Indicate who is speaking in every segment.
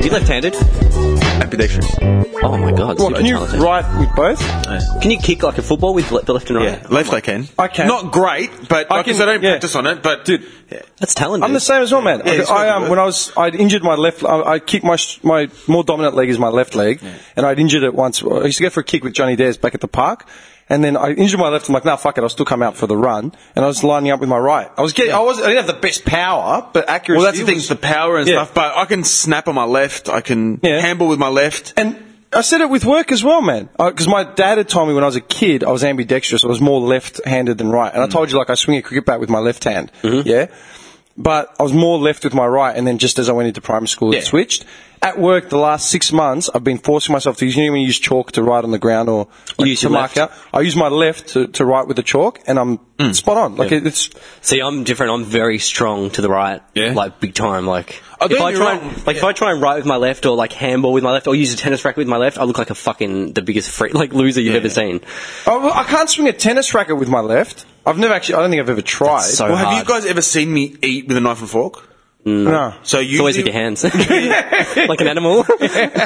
Speaker 1: You left-handed?
Speaker 2: ambidextrous.
Speaker 1: Oh my god!
Speaker 3: Well,
Speaker 1: super
Speaker 3: can you
Speaker 1: talented.
Speaker 3: write with both?
Speaker 1: Can you kick like a football with le- the left and right?
Speaker 2: Yeah, left I can.
Speaker 3: I can.
Speaker 2: Not great, but
Speaker 3: I
Speaker 2: I guess
Speaker 3: can-
Speaker 2: I don't
Speaker 3: yeah.
Speaker 2: practice on it. But
Speaker 3: Dude.
Speaker 2: Yeah.
Speaker 1: That's talented.
Speaker 3: I'm the same as well, man.
Speaker 2: Yeah, it's
Speaker 3: I, I,
Speaker 2: gotta
Speaker 3: um,
Speaker 2: be
Speaker 3: when I was, I'd injured my left. I, I kicked my sh- my more dominant leg is my left leg, and I'd injured it once. I used to go for a kick with Johnny Dares back at the park, and then I injured my left. I'm like, nah, fuck it, I'll still come out for the run, and I was lining up with my right. I was getting, I was, I didn't have the best power, but accuracy.
Speaker 2: Well, that's the thing,
Speaker 3: was-
Speaker 2: the power and
Speaker 3: Yeah.
Speaker 2: stuff. But I can snap on my left. I can
Speaker 3: Yeah.
Speaker 2: handball with my left.
Speaker 3: And I said it with work as well, man. Because my dad had told me when I was a kid I was ambidextrous. I was more left-handed than right. And
Speaker 1: Mm.
Speaker 3: I told you, like, I swing a cricket bat with my left hand.
Speaker 1: Mm-hmm.
Speaker 3: Yeah. But I was more left with my right. And then just as I went into primary school,
Speaker 2: Yeah.
Speaker 3: it switched. At work, the last six months, I've been forcing myself to use, you know, when you use chalk to write on the ground or like,
Speaker 1: use
Speaker 3: to
Speaker 1: your
Speaker 3: mark
Speaker 1: left. Mm.
Speaker 3: out. I use my left to, to write with the chalk and I'm spot on. Like, it, it's,
Speaker 1: See, I'm different. I'm very strong to the right,
Speaker 2: Yeah.
Speaker 1: like big time. Like
Speaker 2: Oh, don't
Speaker 1: if I
Speaker 2: get me
Speaker 1: try,
Speaker 2: wrong.
Speaker 1: and, like if I try and right with my left, or like handball with my left, or use a tennis racket with my left, I look like a fucking the biggest freak, like loser you've ever seen.
Speaker 3: I, I can't swing a tennis racket with my left. I've never actually, I don't think I've ever tried.
Speaker 1: so
Speaker 2: Well, have
Speaker 1: hard.
Speaker 2: you guys ever seen me eat with a knife and fork?
Speaker 3: no.
Speaker 2: So you
Speaker 1: It's always with your hands, like an animal.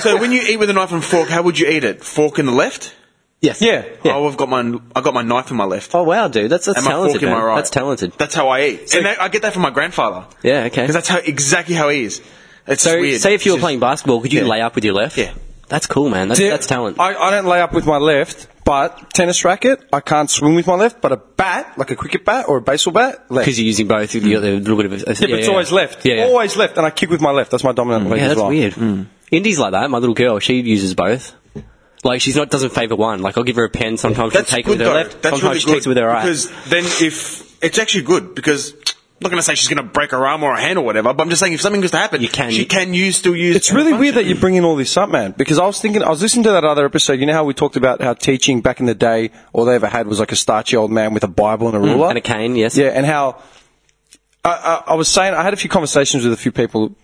Speaker 2: so when you eat with a knife and fork, how would you eat it? Fork in the left?
Speaker 1: yes.
Speaker 3: Yeah.
Speaker 2: Oh, I've got my I got my knife in my left.
Speaker 1: Oh wow, dude, that's that's
Speaker 2: and my
Speaker 1: talented.
Speaker 2: fork in
Speaker 1: man.
Speaker 2: my right.
Speaker 1: That's talented.
Speaker 2: That's how I eat. and that, I get that from my grandfather.
Speaker 1: Yeah. Okay.
Speaker 2: Because that's how exactly how he is. It's
Speaker 1: So,
Speaker 2: weird.
Speaker 1: say if you were
Speaker 2: It's just-
Speaker 1: playing basketball, could you
Speaker 2: Yeah.
Speaker 1: lay up with your left?
Speaker 2: Yeah.
Speaker 1: That's cool, man. That's, that's talent.
Speaker 3: I, I don't lay up with my left, but tennis racket, I can't swing with my left, but a bat, like a cricket bat or a baseball bat, left.
Speaker 1: Because you're using both. You've got a little bit of. A,
Speaker 3: yeah, but it's always left.
Speaker 1: Yeah. yeah.
Speaker 3: Always left, and I kick with my left. That's my dominant leg
Speaker 1: Yeah,
Speaker 3: as
Speaker 1: that's
Speaker 3: well.
Speaker 1: weird. Indy's like that. My little girl, she uses both. Like she's not doesn't favour one. Like I'll give her a pen. Sometimes
Speaker 2: That's
Speaker 1: she'll take it
Speaker 2: good
Speaker 1: with her
Speaker 2: though.
Speaker 1: left.
Speaker 2: That's
Speaker 1: sometimes
Speaker 2: really
Speaker 1: she
Speaker 2: good
Speaker 1: takes it with her right.
Speaker 2: Because then if it's actually good because. I'm not going to say she's going to break her arm or her hand or whatever, but I'm just saying if something was to happen,
Speaker 1: You can-
Speaker 2: she can use still use.
Speaker 3: It's really weird that you're bringing all this up, man, because I was thinking, I was listening to that other episode. You know how we talked about how teaching back in the day, all they ever had was like a starchy old man with a Bible and a ruler.
Speaker 1: Mm, and a cane, yes.
Speaker 3: Yeah, and how I, I, I was saying, I had a few conversations with a few people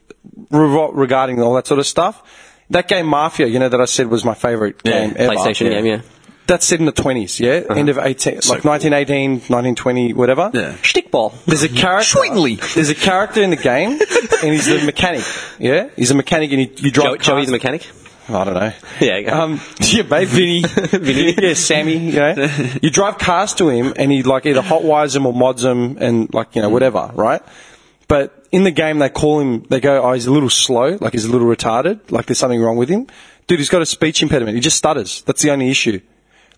Speaker 3: revo- regarding all that sort of stuff. That game Mafia, you know, that I said was my favorite game ever.
Speaker 1: PlayStation game, yeah. Uh-huh.
Speaker 3: That's set in the 20s, yeah? End of 18, like 1918, 1920, whatever. Yeah.
Speaker 1: Stickball.
Speaker 3: There's a character.
Speaker 2: Schwingli.
Speaker 3: There's a character in the game, and he's the mechanic. Yeah, he's a mechanic, and you, you drive.
Speaker 1: Joey,
Speaker 3: cars-
Speaker 1: Joey the mechanic.
Speaker 3: I don't know.
Speaker 1: Yeah, go.
Speaker 3: Um, yeah, babe, Vinny. Vinny. Yeah, Sammy, you know. You drive cars to him and he like either hot wires him or mods him and like, you know, whatever, right? But in the game they call him, they go, oh, he's a little slow, like he's a little retarded, like there's something wrong with him. Dude, he's got a speech impediment. He just stutters. That's the only issue.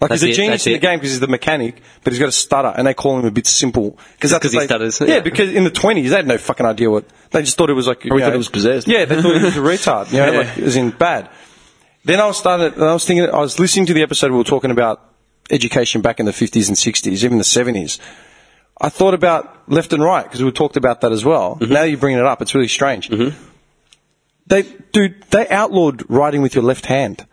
Speaker 3: Like
Speaker 1: That's
Speaker 3: he's a
Speaker 1: it,
Speaker 3: genius
Speaker 1: that's
Speaker 3: in the
Speaker 1: it.
Speaker 3: game because he's the mechanic, but he's got a stutter, and they call him a bit simple because
Speaker 1: 'cause he stutters,
Speaker 3: Yeah,
Speaker 1: yeah.
Speaker 3: because in the twenties they had no fucking idea what they just thought it was like. you
Speaker 4: Probably thought
Speaker 3: know-
Speaker 4: he was possessed.
Speaker 3: Yeah, they thought he was a retard. You know, like, as in bad. Then I was started. and I was thinking. I was listening to the episode we were talking about education back in the fifties and sixties, even the seventies. I thought about left and right because we talked about that as well. Now you bring it up, it's really strange. They, dude, they outlawed writing with your left hand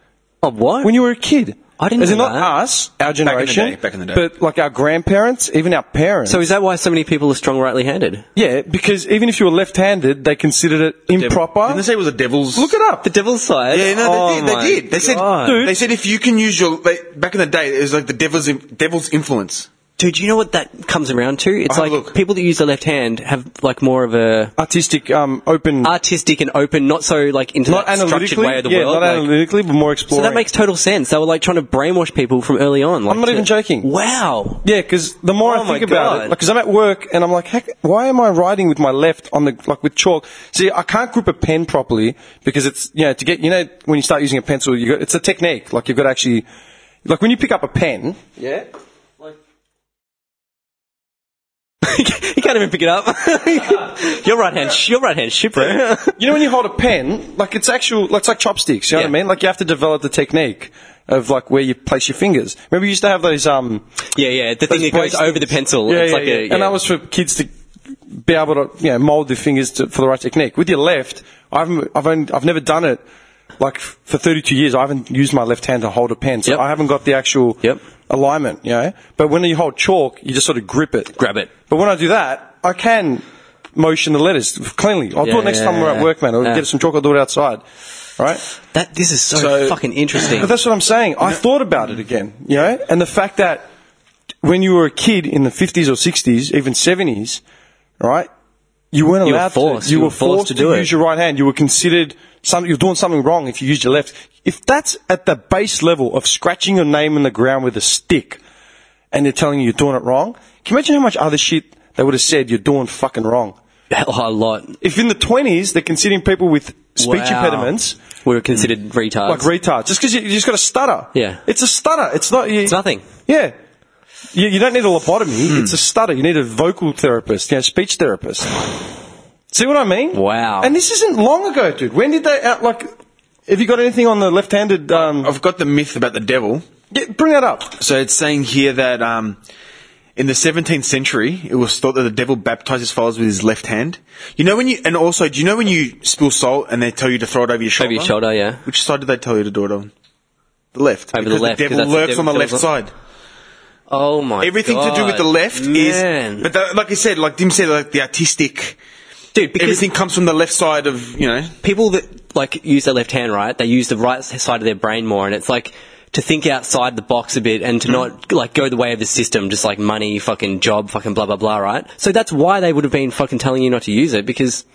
Speaker 1: Oh what?
Speaker 3: when you were a kid.
Speaker 1: I didn't
Speaker 3: As in
Speaker 1: know
Speaker 3: not
Speaker 1: that.
Speaker 3: us, our
Speaker 2: in the
Speaker 3: generation,
Speaker 2: day, back in the day.
Speaker 3: but like our grandparents, even our parents.
Speaker 1: so is that why so many people are strong rightly-handed?
Speaker 3: yeah, because even if you were left-handed, they considered it improper.
Speaker 2: Didn't they say it was the devil's?
Speaker 3: Look it up.
Speaker 1: The devil's side.
Speaker 2: Yeah, no,
Speaker 1: Oh,
Speaker 2: they did. They
Speaker 1: my
Speaker 2: did. They said
Speaker 1: God.
Speaker 2: they said if you can use your they, back in the day, it was like the devil's in- devil's influence.
Speaker 1: Dude, you know what that comes around to? It's
Speaker 2: I'll
Speaker 1: like
Speaker 2: have a look.
Speaker 1: people that use the left hand have like more of a
Speaker 3: Artistic, um, open,
Speaker 1: artistic and open, not so like into
Speaker 3: not
Speaker 1: that structured
Speaker 3: analytically,
Speaker 1: way of the
Speaker 3: yeah,
Speaker 1: world.
Speaker 3: not
Speaker 1: like-
Speaker 3: analytically, but more exploring.
Speaker 1: so that makes total sense. They were like trying to brainwash people from early on. Like,
Speaker 3: I'm not
Speaker 1: to-
Speaker 3: even joking.
Speaker 1: Wow.
Speaker 3: Yeah, because the more
Speaker 1: Oh
Speaker 3: I
Speaker 1: my
Speaker 3: think about it,
Speaker 1: God.
Speaker 3: because I'm at work and I'm like, heck, why am I writing with my left on the like with chalk? See, I can't grip a pen properly because it's you know to get you know when you start using a pencil, you got it's a technique. Like you've got to actually, like when you pick up a pen,
Speaker 1: You can't even pick it up. your right hand, sh- your right hand, shit, bro.
Speaker 3: you know when you hold a pen, like it's actual, like it's like chopsticks. You know what I
Speaker 1: Yeah.
Speaker 3: mean? Like you have to develop the technique of like where you place your fingers. Remember, you used to have those um.
Speaker 1: yeah, yeah. The thing that
Speaker 3: Those
Speaker 1: goes
Speaker 3: bracelets.
Speaker 1: over the pencil.
Speaker 3: Yeah,
Speaker 1: it's
Speaker 3: yeah,
Speaker 1: like
Speaker 3: yeah.
Speaker 1: A,
Speaker 3: And
Speaker 1: yeah.
Speaker 3: that was for kids to be able to, you know, mold their fingers to, for the right technique. With your left, I've I've, only, I've never done it like f- for 32 years, I haven't used my left hand to hold a pen, so
Speaker 1: Yep.
Speaker 3: I haven't got the actual
Speaker 1: Yep.
Speaker 3: alignment. You know, but when you hold chalk, you just sort of grip it,
Speaker 1: Grab it.
Speaker 3: But when I do that, I can motion the letters cleanly. I'll do
Speaker 1: Yeah,
Speaker 3: it next
Speaker 1: yeah,
Speaker 3: time we're
Speaker 1: yeah.
Speaker 3: at work, man. I'll
Speaker 1: Yeah.
Speaker 3: get some chalk. I'll do it outside, right?
Speaker 1: That this is so,
Speaker 2: So-
Speaker 1: fucking interesting.
Speaker 3: But that's what I'm saying. I thought about it again, you know, and the fact that when you were a kid in the 50s or 60s, even 70s, right, you weren't
Speaker 1: You were
Speaker 3: allowed
Speaker 1: forced.
Speaker 3: to.
Speaker 1: You were forced to do it.
Speaker 3: use your right hand. You were considered some. You're doing something wrong if you used your left. If that's at the base level of scratching your name in the ground with a stick, and they're telling you you're doing it wrong, can you imagine how much other shit they would have said you're doing fucking wrong?
Speaker 1: a lot.
Speaker 3: If in the 20s they're considering people with speech
Speaker 1: Wow.
Speaker 3: impediments Mm.
Speaker 1: We were considered retards.
Speaker 3: like retard. Just because you, you just got a stutter.
Speaker 1: Yeah.
Speaker 3: It's a stutter. It's not. You,
Speaker 1: it's nothing.
Speaker 3: Yeah. You, you don't need a lobotomy. It's a stutter. You need a vocal therapist, you know, speech therapist. See what I mean?
Speaker 1: Wow.
Speaker 3: And this isn't long ago, dude. When did they out like? Have you got anything on the left-handed? Um,
Speaker 2: I've got the myth about the devil.
Speaker 3: yeah, bring that up.
Speaker 2: So it's saying here that um, in the 17th century, it was thought that the devil baptized his followers with his left hand. You know when you, and also, do you know when you spill salt and they tell you to throw it over your shoulder?
Speaker 1: Over your shoulder, yeah.
Speaker 2: Which side did they tell you to do it on? The left.
Speaker 1: Over the
Speaker 2: Because
Speaker 1: left,
Speaker 2: The
Speaker 1: 'cause
Speaker 2: devil
Speaker 1: that's the
Speaker 2: lurks
Speaker 1: devil
Speaker 2: on the
Speaker 1: tells
Speaker 2: left
Speaker 1: us-
Speaker 2: side.
Speaker 1: Oh my!
Speaker 2: Everything to do with
Speaker 1: God.
Speaker 2: the left
Speaker 1: Man.
Speaker 2: is, but the, like I said, like Dim said, like the artistic.
Speaker 1: dude, because
Speaker 2: everything comes from the left side of you know.
Speaker 1: people that like use their left hand, right? They use the right side of their brain more, and it's like to think outside the box a bit and to not like go the way of the system, just like money, fucking job, fucking blah blah blah, right? So that's why they would have been fucking telling you not to use it because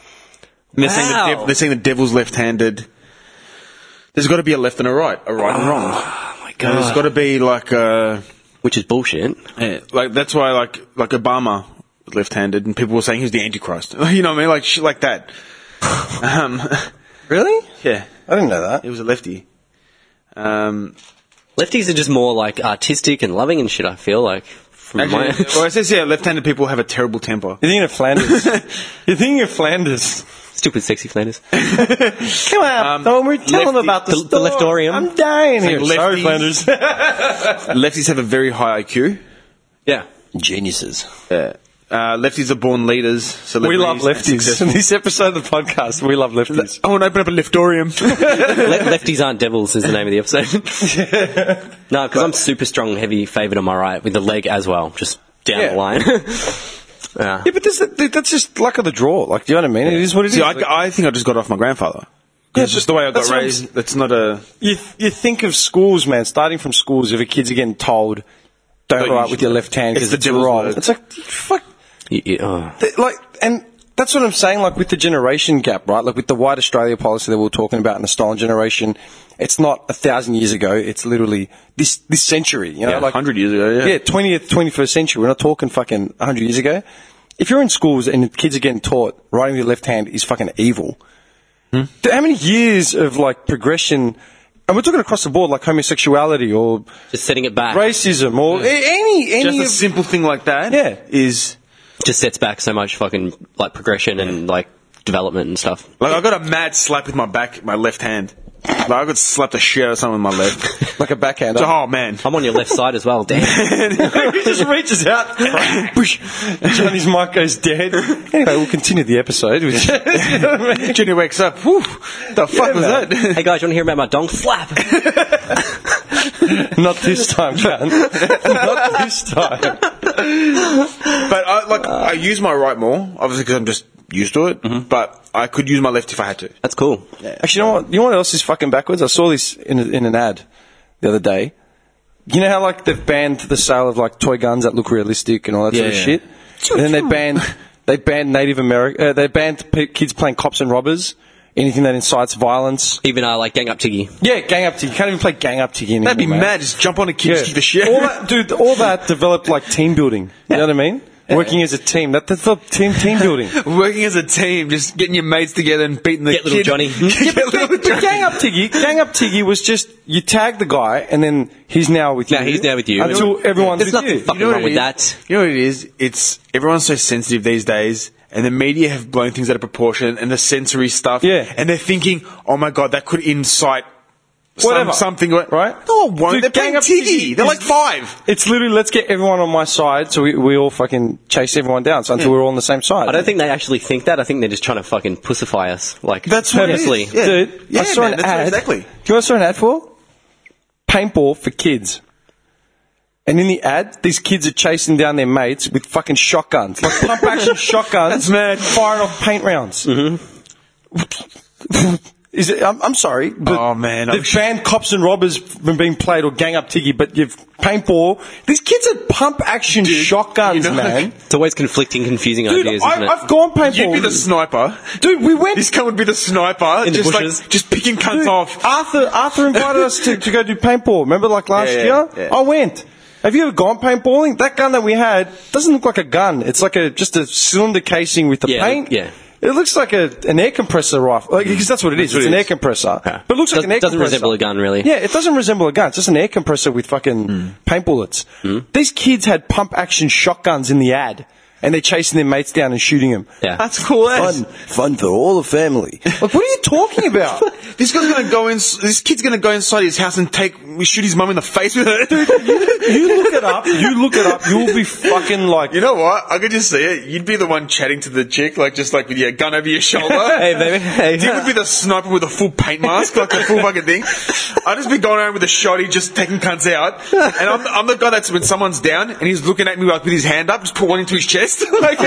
Speaker 2: They're, saying the
Speaker 1: Wow.
Speaker 2: dev- they're saying the devil's left-handed. There's got to be a left and a right, a right and wrong.
Speaker 1: oh my
Speaker 2: You know, there's got to be like a
Speaker 1: which is bullshit.
Speaker 2: Yeah, like that's why like like Obama was left-handed, and people were saying he was the Antichrist. You know what I mean? Like shit like that. um,
Speaker 3: Really?
Speaker 2: yeah,
Speaker 3: I didn't know that.
Speaker 2: he was a lefty. Um,
Speaker 1: Lefties are just more like artistic and loving and shit. I feel like from
Speaker 2: actually,
Speaker 1: my
Speaker 2: well, it says here left-handed people have a terrible temper.
Speaker 3: You're thinking of Flanders. You're thinking of Flanders.
Speaker 1: stupid sexy Flanders.
Speaker 3: Come on,
Speaker 2: Um,
Speaker 3: don't we tell
Speaker 2: lefty-
Speaker 3: them about the,
Speaker 1: the- the
Speaker 3: story.
Speaker 1: leftorium.
Speaker 3: I'm dying here.
Speaker 2: Like
Speaker 3: Sorry,
Speaker 2: lefties.
Speaker 3: Flanders.
Speaker 2: Lefties have a very high IQ.
Speaker 1: yeah,
Speaker 3: Geniuses.
Speaker 2: Yeah. Uh, lefties are born leaders. So
Speaker 3: We love lefties. In this episode of the podcast, we love lefties.
Speaker 2: I want to open up a leftorium.
Speaker 1: Le- lefties aren't devils is the name of the episode. no, because I'm super strong, heavy, favoured on my right with the leg as well, just down
Speaker 3: Yeah.
Speaker 1: the line. yeah.
Speaker 3: Yeah, but that's, that- that's just luck of the draw. Like, do you know what I mean? It is what it is.
Speaker 2: See,
Speaker 3: Like,
Speaker 2: I, I think I just got off my grandfather. 'Cause it's
Speaker 3: but
Speaker 2: just the way I got
Speaker 3: that's what I'm
Speaker 2: raised. That's not a.
Speaker 3: you, you think of schools, man. Starting from schools, if a kid's getting told, don't
Speaker 2: Don't
Speaker 3: write
Speaker 2: use
Speaker 3: with
Speaker 2: your
Speaker 3: your left hand
Speaker 2: It's
Speaker 3: because
Speaker 2: the
Speaker 3: it's,
Speaker 2: devil's
Speaker 3: wrong.
Speaker 2: word.
Speaker 3: It's like, fuck.
Speaker 1: You- you- oh.
Speaker 3: th- Like, and that's what I'm saying. Like with the generation gap, right? Like with the white Australia policy that we were talking about in the Stalin generation, it's not a thousand years ago. It's literally this this century. You know,
Speaker 2: Yeah,
Speaker 3: like
Speaker 2: 100 years ago, yeah.
Speaker 3: yeah, twentieth, twenty first century. We're not talking fucking hundred years ago. If you're in schools and kids are getting taught writing with your left hand is fucking evil, th- how many years of like progression? And we're talking across the board, like homosexuality or
Speaker 1: Just setting it back
Speaker 3: racism or a- any any
Speaker 2: Just a
Speaker 3: of-
Speaker 2: simple thing like that.
Speaker 3: Yeah.
Speaker 2: Is
Speaker 1: just sets back so much fucking like progression and like development and stuff.
Speaker 2: like I got a mad slap with my back, my left hand. Like I got slapped the shit out of someone with my left.
Speaker 3: like a backhand.
Speaker 2: So, oh man.
Speaker 1: I'm on your left side as well, damn.
Speaker 3: he just reaches out, Johnny's mic goes dead. Anyway, we'll continue the episode. With,
Speaker 2: Jenny wakes up. Whew, the fuck was
Speaker 3: man.
Speaker 2: that?
Speaker 1: hey guys, you want to hear about my dong slap?
Speaker 3: not this time, John. not this time.
Speaker 2: but I like I use my right more, obviously because I'm just used to it.
Speaker 3: Mm-hmm.
Speaker 2: But I could use my left if I had to.
Speaker 1: That's cool.
Speaker 3: Actually, you know what? You know what else is fucking backwards? I saw this in a, in an ad the other day. You know how like they've banned the sale of like toy guns that look realistic and all that sort of
Speaker 2: yeah.
Speaker 3: shit. And then they banned they banned Native America. Uh, they banned p- kids playing cops and robbers. Anything that incites violence.
Speaker 1: Even I like gang up Tiggy.
Speaker 3: Yeah, gang up to you. Can't even play gang up to you anymore.
Speaker 2: That'd be
Speaker 3: man.
Speaker 2: mad. Just jump on a kid, just kick the shit.
Speaker 3: All that, dude, all that developed like team building. You know what I mean? Working as a team. That developed team team building.
Speaker 2: Working as a team, just getting your mates together and beating the
Speaker 1: Get little
Speaker 2: kid.
Speaker 1: Johnny.
Speaker 2: Get little
Speaker 3: But gang up Tiggy, gang up Tiggy was just you tag the guy and then he's now with you.
Speaker 1: Now he's now with you.
Speaker 3: until everyone's
Speaker 1: There's
Speaker 3: with
Speaker 1: nothing
Speaker 3: you.
Speaker 1: fucking
Speaker 2: You know what
Speaker 1: wrong
Speaker 2: it
Speaker 1: with
Speaker 2: is?
Speaker 1: that.
Speaker 2: You know what it is? It's everyone's so sensitive these days, and the media have blown things out of proportion, and the sensory stuff.
Speaker 3: Yeah.
Speaker 2: and they're thinking, oh my god, that could incite
Speaker 3: Whatever.
Speaker 2: Some, something like,
Speaker 3: Right?
Speaker 2: No, it won't.
Speaker 3: Dude,
Speaker 2: They're playing
Speaker 3: gang up
Speaker 2: Tiggy. They're like five.
Speaker 3: It's literally let's get everyone on my side so we, we all fucking chase everyone down so until we're all on the same side.
Speaker 1: Hmm. I don't think they actually think that. I think they're just trying to fucking pussify us. Like
Speaker 2: That's what it is.
Speaker 1: purposely.
Speaker 2: Yeah.
Speaker 3: Dude,
Speaker 2: Yeah,
Speaker 3: I saw
Speaker 2: man,
Speaker 3: an
Speaker 2: that's
Speaker 3: ad.
Speaker 2: exactly.
Speaker 3: Do you know what I saw an ad for? Paintball for kids. And in the ad, these kids are chasing down their mates with fucking shotguns, like pump action shotguns,
Speaker 2: That's mad. Mm-hmm.
Speaker 3: firing off paint rounds. Is it, I'm, I'm sorry. But
Speaker 2: Oh, man, I'm
Speaker 3: they've banned cops and robbers from being played or gang up tiggy, but you've paintball. These kids are pump action shotguns,
Speaker 2: you know-
Speaker 3: man.
Speaker 1: It's always conflicting, confusing
Speaker 3: Dude,
Speaker 1: ideas,
Speaker 3: I,
Speaker 1: isn't it?
Speaker 3: I've gone paintball.
Speaker 2: You'd be the sniper.
Speaker 3: Dude, we went
Speaker 2: This cunt would be the sniper.
Speaker 1: In the
Speaker 2: just
Speaker 1: bushes.
Speaker 2: like, just picking cunts
Speaker 3: Dude,
Speaker 2: off.
Speaker 3: Arthur Arthur invited us to, to go do paintball. Remember, like last
Speaker 2: Yeah, yeah,
Speaker 3: year,
Speaker 2: yeah.
Speaker 3: I went. Have you ever gone paintballing? That gun that we had doesn't look like a gun. It's like a just a cylinder casing with the
Speaker 1: Yeah,
Speaker 3: paint.
Speaker 1: yeah. Mm.
Speaker 3: It looks like a, an air compressor rifle, like, because that's what it is.
Speaker 2: what
Speaker 3: it's
Speaker 2: it
Speaker 3: an
Speaker 2: is.
Speaker 3: air compressor,
Speaker 1: Yeah.
Speaker 3: but it looks
Speaker 1: Does-
Speaker 3: like an air
Speaker 1: doesn't
Speaker 3: compressor.
Speaker 1: resemble a gun, really. Mm.
Speaker 3: Yeah, it doesn't resemble a gun. It's just an air compressor with fucking paint bullets. These kids had pump action shotguns in the ad, and they're chasing their mates down and shooting them.
Speaker 1: Yeah.
Speaker 2: That's cool as.
Speaker 3: fun for all the family. Like, what are you talking about?
Speaker 2: This guy's gonna go in. This kid's gonna go inside his house and take shoot his mum in the face with it.
Speaker 3: you look it up. You look it up. You'll be fucking like.
Speaker 2: You know what? I could just see it. You'd be the one chatting to the chick, like just like with your gun over your shoulder.
Speaker 1: Hey, baby. Hey.
Speaker 2: Dick would be the sniper with a full paint mask, like a full fucking thing. I'd just be going around with a shotty, just taking cunts out. And I'm, I'm the guy that's when someone's down and he's looking at me like with his hand up, just put one into his chest. like,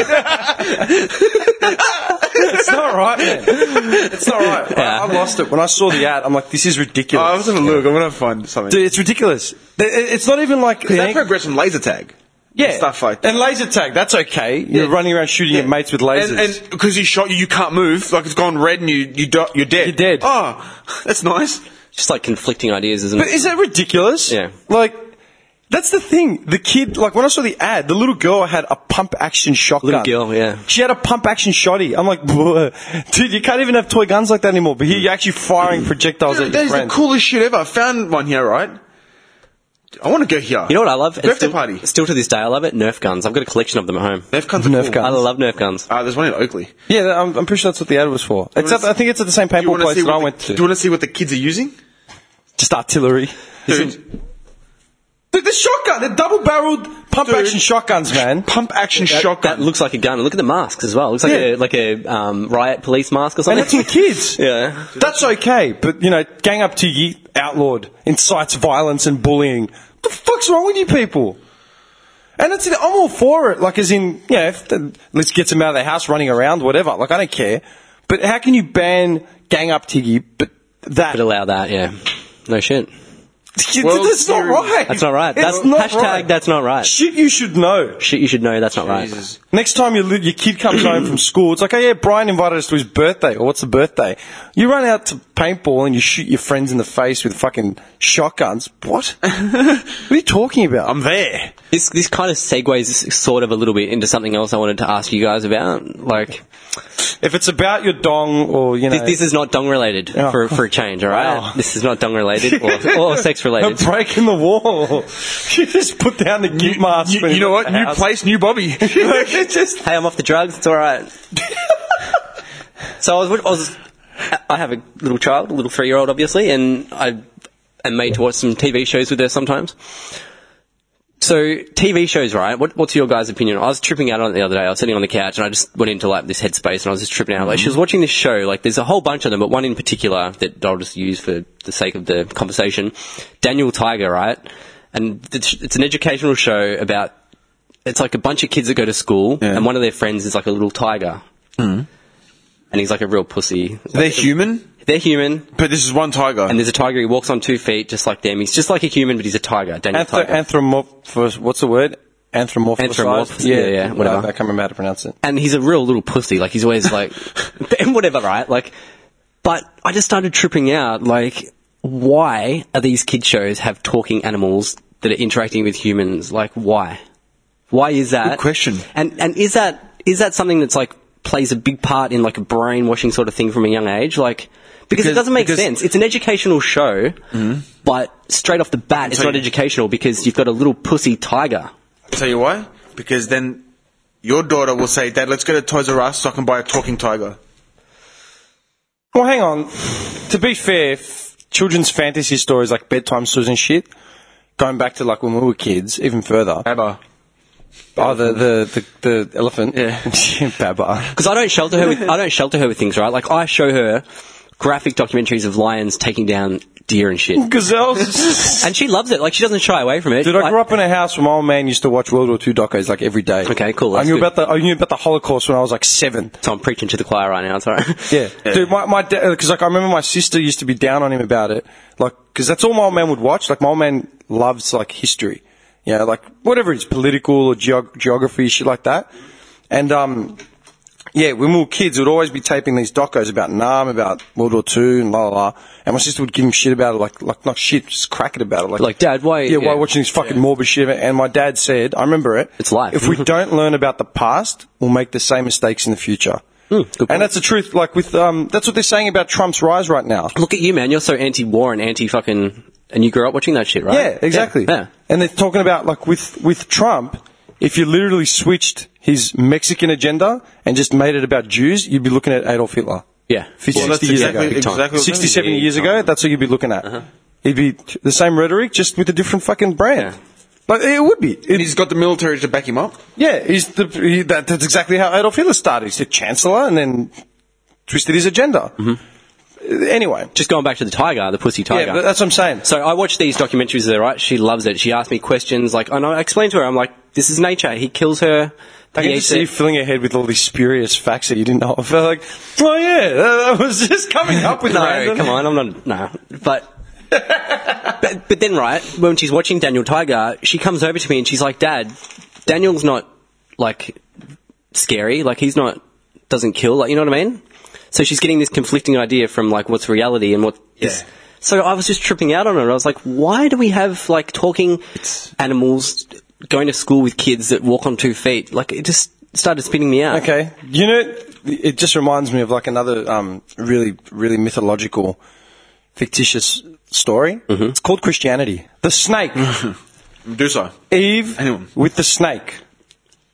Speaker 3: It's not right, man. It's not right.
Speaker 1: Yeah.
Speaker 3: I, I lost it when I saw the ad. I'm like, this is ridiculous.
Speaker 2: Oh, I was gonna look. I'm gonna find something.
Speaker 3: Dude, it's ridiculous. They- it- It's not even like
Speaker 2: That progressed from laser tag.
Speaker 3: yeah,
Speaker 2: stuff like that.
Speaker 3: and laser tag. That's okay. You're
Speaker 2: Yeah.
Speaker 3: running around shooting at mates with lasers.
Speaker 2: And because he shot you, you can't move. Like it's gone red and you, you do, you're dead.
Speaker 3: You're dead.
Speaker 2: Oh, that's nice.
Speaker 1: Just like conflicting ideas, isn't
Speaker 3: But
Speaker 1: it?
Speaker 3: is that ridiculous?
Speaker 1: Yeah.
Speaker 3: Like, that's the thing. The kid, like, when I saw the ad, the little girl had a pump action shotgun.
Speaker 1: Little girl, yeah.
Speaker 3: She had a pump action shotty. I'm like, "Bleh." dude, you can't even have toy guns like that anymore. But here you're actually firing projectiles at
Speaker 2: That
Speaker 3: your
Speaker 2: is the
Speaker 3: friends.
Speaker 2: coolest shit ever. I found one here, right? I want to go here.
Speaker 1: You know what I love? It's
Speaker 2: Birthday
Speaker 1: still,
Speaker 2: party.
Speaker 1: Still to this day, I love it. Nerf guns. I've got a collection of them at home.
Speaker 2: Nerf guns. Are
Speaker 3: Nerf
Speaker 2: cool.
Speaker 3: gun.
Speaker 1: I love Nerf guns.
Speaker 2: Ah, there's one in Oakley.
Speaker 3: Yeah, I'm, I'm pretty sure that's what the ad was for. It's at,
Speaker 2: wanna
Speaker 3: I think it's at the same
Speaker 2: Do you
Speaker 3: paintball
Speaker 2: want to
Speaker 3: place
Speaker 2: see
Speaker 3: that I
Speaker 2: what
Speaker 3: went
Speaker 2: the,
Speaker 3: to.
Speaker 2: Do you want to see what the kids are using?
Speaker 3: Just artillery.
Speaker 2: Dude,
Speaker 3: Dude, the shotgun, the double-barreled pump-action
Speaker 2: Dude.
Speaker 3: shotguns, man.
Speaker 2: pump action
Speaker 1: That,
Speaker 2: shotgun.
Speaker 1: that looks like a gun. Look at the masks as well. Looks like a
Speaker 3: Yeah.
Speaker 1: like a um, riot police mask or
Speaker 3: And
Speaker 1: something.
Speaker 3: that's for kids.
Speaker 1: yeah.
Speaker 3: That's okay, but you know, gang up Tiggy outlawed, incites violence and bullying. What the fuck's wrong with you people? And that's it. I'm all for it. Like, as in, you know, if the, let's get them out of their house running around, whatever. Like, I don't care. But how can you ban gang up Tiggy? But that
Speaker 1: But allow that. Yeah. No shit.
Speaker 2: World
Speaker 3: that's not
Speaker 2: Series.
Speaker 3: right.
Speaker 1: That's not right.
Speaker 3: It's
Speaker 1: That's- hashtag that's not right.
Speaker 3: Shit, you should know.
Speaker 1: Shit, you should know that's not right.
Speaker 2: Jesus.
Speaker 3: Next time your, li- your kid comes home from school, it's like, oh yeah, Brian invited us to his birthday, or what's the birthday? You run out to paintball and you shoot your friends in the face with fucking shotguns. What? what are you talking about?
Speaker 2: I'm there.
Speaker 1: This this kind of segues sort of a little bit into something else I wanted to ask you guys about. Like
Speaker 3: if it's about your dong or, you know,
Speaker 1: this, this is not dong related
Speaker 3: Oh.
Speaker 1: for, for a change, all right?
Speaker 3: Wow.
Speaker 1: This is not dong related or, or sex
Speaker 3: a
Speaker 1: related.
Speaker 3: break in the wall. you just put down the gimp mask.
Speaker 2: You,
Speaker 3: when
Speaker 2: you know
Speaker 3: you're at
Speaker 2: what?
Speaker 3: the
Speaker 2: New
Speaker 3: house.
Speaker 2: place, new Bobby.
Speaker 3: It just
Speaker 1: Hey, I'm off the drugs. It's all right. so I was, I was, I have a little child, a little three year old, obviously, and I am made to watch some TV shows with her sometimes. So TV shows, right? What, what's your guys' opinion? I was tripping out on it the other day. I was sitting on the couch and I just went into like this headspace and I was just tripping out. Like she was watching this show. Like there's a whole bunch of them, but one in particular that I'll just use for the sake of the conversation. Daniel Tiger, right? And it's, it's an educational show about. It's like a bunch of kids that go to school, and one of their friends is like a little tiger, and he's like a real pussy.
Speaker 2: They're human,
Speaker 1: They're human,
Speaker 2: but this is one tiger.
Speaker 1: and there's a tiger. He walks on two feet, just like them. He's just like a human, but he's a tiger. Daniel
Speaker 3: Anthro-
Speaker 1: Tiger.
Speaker 3: anthropomorph. What's the word? Anthropomorphic.
Speaker 1: Anthropomorph- yeah, yeah, whatever.
Speaker 3: I can't remember how to pronounce it.
Speaker 1: and he's a real little pussy. Like he's always like, and whatever, right? Like, but I just started tripping out. Like, why are these kid shows have talking animals that are interacting with humans? Like, why? Why is that?
Speaker 2: Good question.
Speaker 1: And and is that is that something that's like plays a big part in like a brainwashing sort of thing from a young age? Like. Because,
Speaker 2: Because-
Speaker 1: it doesn't make
Speaker 2: because- Mm-hmm.
Speaker 1: sense. It's an educational show, but straight off the bat, it's
Speaker 2: So
Speaker 1: not
Speaker 2: you-
Speaker 1: educational because you've got a little pussy tiger.
Speaker 2: Tell you why? Because then your daughter will say, Dad, let's go to Toys R Us so I can buy a talking tiger.
Speaker 3: Well, hang on. To be fair, f- children's fantasy stories like bedtime stories and shit, going back to like when we were kids, even further.
Speaker 2: ABBA.
Speaker 3: Oh, the the the, the elephant.
Speaker 2: Yeah.
Speaker 3: Baba.
Speaker 1: Because I don't shelter her with I don't shelter her with things, right? Like I show her graphic documentaries of lions taking down deer and shit.
Speaker 3: Gazelles.
Speaker 1: And she loves it. Like she doesn't shy away from it.
Speaker 3: Dude, I grew
Speaker 1: Like-
Speaker 3: up in a house where my old man used to watch World War II docos like every day.
Speaker 1: Okay, cool,
Speaker 3: I
Speaker 1: that's
Speaker 3: knew
Speaker 1: good.
Speaker 3: about the I knew about the Holocaust when I was like seven.
Speaker 1: So I'm preaching to the choir right now. Sorry.
Speaker 3: Yeah, dude, my my because like I remember my sister used to be down on him about it, like because that's all my old man would watch. Like my old man loves like history, you know, like whatever it's political or geog- geography shit like that. And um, yeah, when we were kids, we'd always be taping these docos about Nam, about World War Two, and la la la. And my sister would give him shit about it, like like not shit, just crack it about it, like
Speaker 1: Like, "Dad, why-
Speaker 3: yeah, why
Speaker 1: yeah."
Speaker 3: watching this fucking morbid shit? And my dad said, I remember it.
Speaker 1: It's life.
Speaker 3: If we don't learn about the past, we'll make the same mistakes in the future.
Speaker 1: good point.
Speaker 3: and that's the truth. Like with um, that's what they're saying about Trump's rise right now.
Speaker 1: Look at you, man. You're so anti-war and anti-fucking, and you grew up watching that shit, right?
Speaker 3: Yeah, exactly.
Speaker 1: Yeah.
Speaker 3: And they're talking about like with with Trump, if you literally switched his Mexican agenda and just made it about Jews, you'd be looking at Adolf Hitler.
Speaker 1: Yeah.
Speaker 3: 50,
Speaker 2: Well,
Speaker 3: 60
Speaker 2: that's
Speaker 3: years
Speaker 2: exactly-
Speaker 3: ago.
Speaker 2: exactly what's
Speaker 3: 60,
Speaker 2: happening.
Speaker 3: 70
Speaker 2: Yeah,
Speaker 3: years
Speaker 2: yeah.
Speaker 3: ago, that's what you'd be looking at.
Speaker 2: Uh-huh.
Speaker 3: It'd be t- the same rhetoric, just with a different fucking brand.
Speaker 1: Yeah.
Speaker 3: But it would be.
Speaker 2: And he's got the military to back him up.
Speaker 3: Yeah, he's the, he, that, that's exactly how Adolf Hitler started. He's the chancellor and then twisted his agenda.
Speaker 2: Mm-hmm.
Speaker 3: Uh, Anyway,
Speaker 1: Just going back to the tiger, the pussy
Speaker 3: yeah,
Speaker 1: tiger.
Speaker 3: but that's what I'm saying.
Speaker 1: so I watch these documentaries there, right? She loves it. She asks me questions, like, and I explain to her, I'm like, this is nature. He kills her.
Speaker 3: I can
Speaker 1: he eats
Speaker 3: just see you
Speaker 1: it.
Speaker 3: filling your head with all these spurious facts that you didn't know. I felt like, oh yeah, that- that was just coming up with
Speaker 1: No,
Speaker 3: random-
Speaker 1: come on, I'm not. No, but. but but then right when she's watching Daniel Tiger, she comes over to me and she's like, "Dad, Daniel's not like scary. Like he's not doesn't kill. Like you know what I mean." So she's getting this conflicting idea from like what's reality and what is-
Speaker 2: Yeah.
Speaker 1: So I was just tripping out on her. I was like, "Why do we have like talking animals going to school with kids that walk on two feet?" Like it just started spinning me out.
Speaker 3: Okay, you know, it just reminds me of like another um, really, really mythological, fictitious story.
Speaker 1: Mm-hmm.
Speaker 3: It's called Christianity. The snake,
Speaker 2: Do so.
Speaker 3: Eve,
Speaker 2: Anyone.
Speaker 3: with the snake.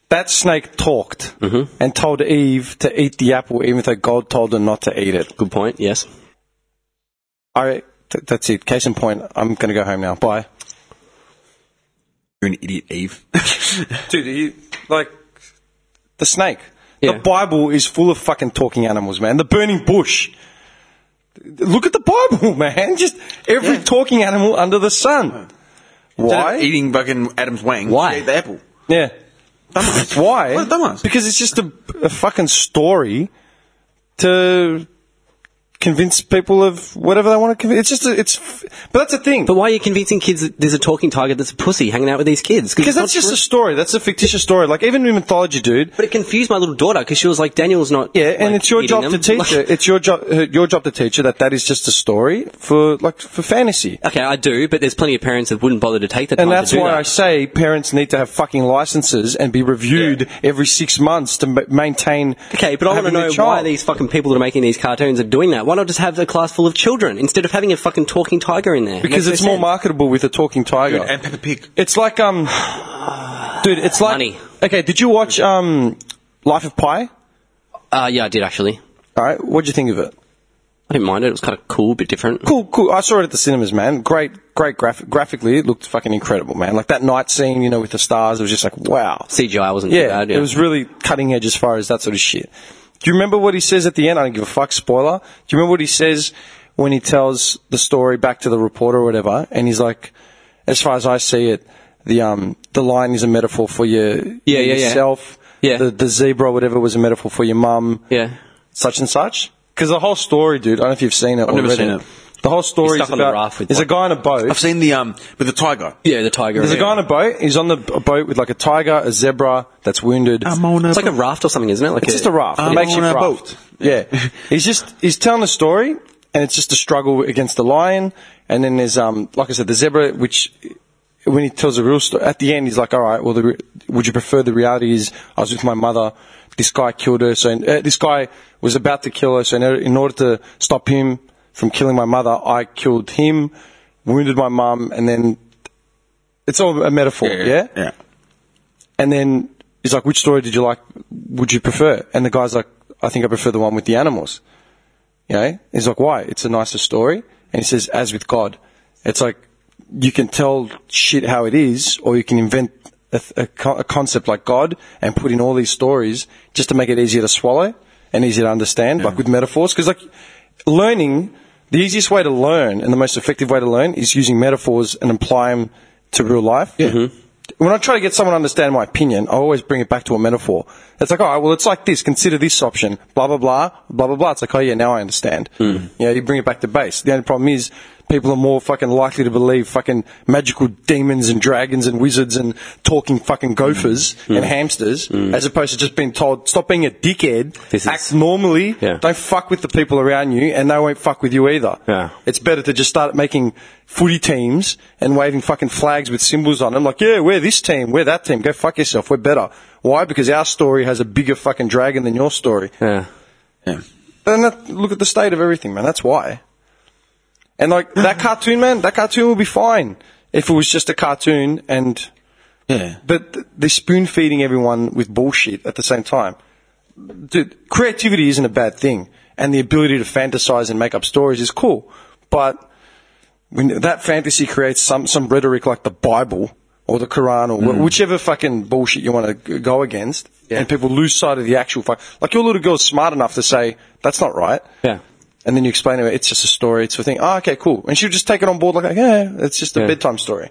Speaker 3: That snake talked
Speaker 1: Mm-hmm.
Speaker 3: and told Eve to eat the apple, even though God told her not to eat it.
Speaker 1: Good point. Yes.
Speaker 3: All right, th- that's it. Case in point. I'm going to go home now. Bye.
Speaker 2: You're an idiot, Eve.
Speaker 3: dude. Are you like the snake?
Speaker 1: Yeah.
Speaker 3: The Bible is full of fucking talking animals, man. The burning bush. Look at the Bible, man. Just every talking animal under the sun. Why?
Speaker 2: Eating fucking Adam's wang.
Speaker 1: Why?
Speaker 2: She ate The apple.
Speaker 3: yeah.
Speaker 2: Dumbass.
Speaker 3: Why?
Speaker 2: What a dumbass.
Speaker 3: Because it's just a, a fucking story to convince people of whatever they want to convince. It's just a, it's. f- But that's the thing.
Speaker 1: But why are you convincing kids that there's a talking tiger that's a pussy hanging out with these kids?
Speaker 3: because
Speaker 1: it's
Speaker 3: that's
Speaker 1: not
Speaker 3: just
Speaker 1: true.
Speaker 3: a story. That's a fictitious story. Like even in mythology, dude.
Speaker 1: But it confused my little daughter because she was like, "Daniel's not."
Speaker 3: Yeah, and
Speaker 1: like,
Speaker 3: it's your
Speaker 1: eating
Speaker 3: job
Speaker 1: them.
Speaker 3: to teach
Speaker 1: Like-
Speaker 3: her. It's your job, her- your job to teach her that that is just a story for like for fantasy,
Speaker 1: okay, I do, but there's plenty of parents that wouldn't bother to take the time
Speaker 3: and that's
Speaker 1: to do
Speaker 3: why I
Speaker 1: that.
Speaker 3: say parents need to have fucking licenses and be reviewed every six months to ma- maintain.
Speaker 1: okay, but I want to
Speaker 3: having their
Speaker 1: know why
Speaker 3: child.
Speaker 1: these fucking people that are making these cartoons are doing that. Why not just have a class full of children instead of having a fucking talking tiger in there?
Speaker 3: Because
Speaker 1: Makes
Speaker 3: it's
Speaker 1: no
Speaker 3: more
Speaker 1: sense.
Speaker 3: marketable with a talking tiger.
Speaker 2: And Peppa Pig.
Speaker 3: it's like um, dude, it's like
Speaker 1: Money.
Speaker 3: Okay, did you watch um, Life of Pi?
Speaker 1: Uh, yeah, I did actually.
Speaker 3: All right, what'd you think of it?
Speaker 1: I didn't mind it. It was kind of cool, but different.
Speaker 3: cool, cool. I saw it at the cinemas, man. Great, great graphic. Graphically, it looked fucking incredible, man. Like that night scene, you know, with the stars, it was just like, wow.
Speaker 1: CGI wasn't too
Speaker 3: Yeah,
Speaker 1: bad. Yeah.
Speaker 3: it was really cutting edge as far as that sort of shit. Do you remember what he says at the end? I don't give a fuck. Spoiler. Do you remember what he says when he tells the story back to the reporter or whatever? And he's like, as far as I see it, the um the lion is a metaphor for your
Speaker 1: Yeah, yeah, yeah.
Speaker 3: yourself.
Speaker 1: Yeah.
Speaker 3: The, the zebra, or whatever, was a metaphor for your mum
Speaker 1: yeah.
Speaker 3: such and such? Because the whole story, dude, I don't know if you've seen it. I've
Speaker 2: never seen it.
Speaker 3: The whole story
Speaker 1: He's
Speaker 3: is
Speaker 1: stuck on the
Speaker 3: about
Speaker 1: raft with,
Speaker 3: there's
Speaker 1: like-
Speaker 3: a guy on a boat.
Speaker 2: I've seen the, um, with the tiger.
Speaker 1: Yeah, the tiger.
Speaker 3: there's a
Speaker 1: yeah.
Speaker 3: guy on a boat. He's on the a boat with like a tiger, a zebra that's wounded.
Speaker 2: on
Speaker 1: It's like a raft or something, isn't it? Like
Speaker 3: it's just a raft,
Speaker 2: I'm
Speaker 3: a makeshift
Speaker 2: on a
Speaker 3: raft.
Speaker 2: boat.
Speaker 3: Yeah, he's just he's telling a story, and it's just a struggle against the lion. And then there's um, like I said, the zebra, which when he tells a real story at the end, he's like, "All right, well, the re- would you prefer the reality is I was with my mother. This guy killed her. So uh, this guy was about to kill her. So in, order- in order to stop him from killing my mother, I killed him, wounded my mum, and then it's all a metaphor, yeah?
Speaker 2: Yeah.
Speaker 3: And then he's like, which story did you like? Would you prefer? And the guy's like, I think I prefer the one with the animals. You know? He's like, why? It's a nicer story. And he says, as with God. It's like, you can tell shit how it is, or you can invent a, a, co- a concept like God and put in all these stories just to make it easier to swallow and easier to understand, like with metaphors. Because like learning, the easiest way to learn and the most effective way to learn is using metaphors and apply them to real life. Yeah. When I try to get someone to understand my opinion, I always bring it back to a metaphor. It's like, all right, well, it's like this. Consider this option. Blah blah blah blah blah blah. It's like, oh yeah, now I understand.
Speaker 1: Hmm.
Speaker 3: You know, you bring it back to base. The only problem is people are more fucking likely to believe fucking magical demons and dragons and wizards and talking fucking gophers
Speaker 1: Hmm.
Speaker 3: and hamsters as opposed to just being told stop being a dickhead,
Speaker 1: This is-
Speaker 3: act normally.
Speaker 1: Yeah.
Speaker 3: Don't fuck with the people around you, and they won't fuck with you either.
Speaker 1: Yeah.
Speaker 3: It's better to just start making footy teams and waving fucking flags with symbols on them. Like, yeah, we're this team, we're that team. Go fuck yourself. We're better. Why? Because our story has a bigger fucking dragon than your story.
Speaker 1: Yeah.
Speaker 2: Yeah.
Speaker 3: And that, look at the state of everything, man. That's why. And like that cartoon, man, that cartoon will be fine if it was just a cartoon and
Speaker 2: Yeah.
Speaker 3: but th- they're spoon feeding everyone with bullshit at the same time. Dude, creativity isn't a bad thing, and the ability to fantasize and make up stories is cool. But when that fantasy creates some, some rhetoric like the Bible or the Quran or wh- whichever fucking bullshit you want to g- go against, and people lose sight of the actual fuck. Like your little girl's smart enough to say that's not right.
Speaker 1: Yeah.
Speaker 3: And then you explain to her it's just a story, it's a thing. Oh, okay, cool. And she'll just take it on board like, yeah, it's just a
Speaker 1: Yeah.
Speaker 3: bedtime story.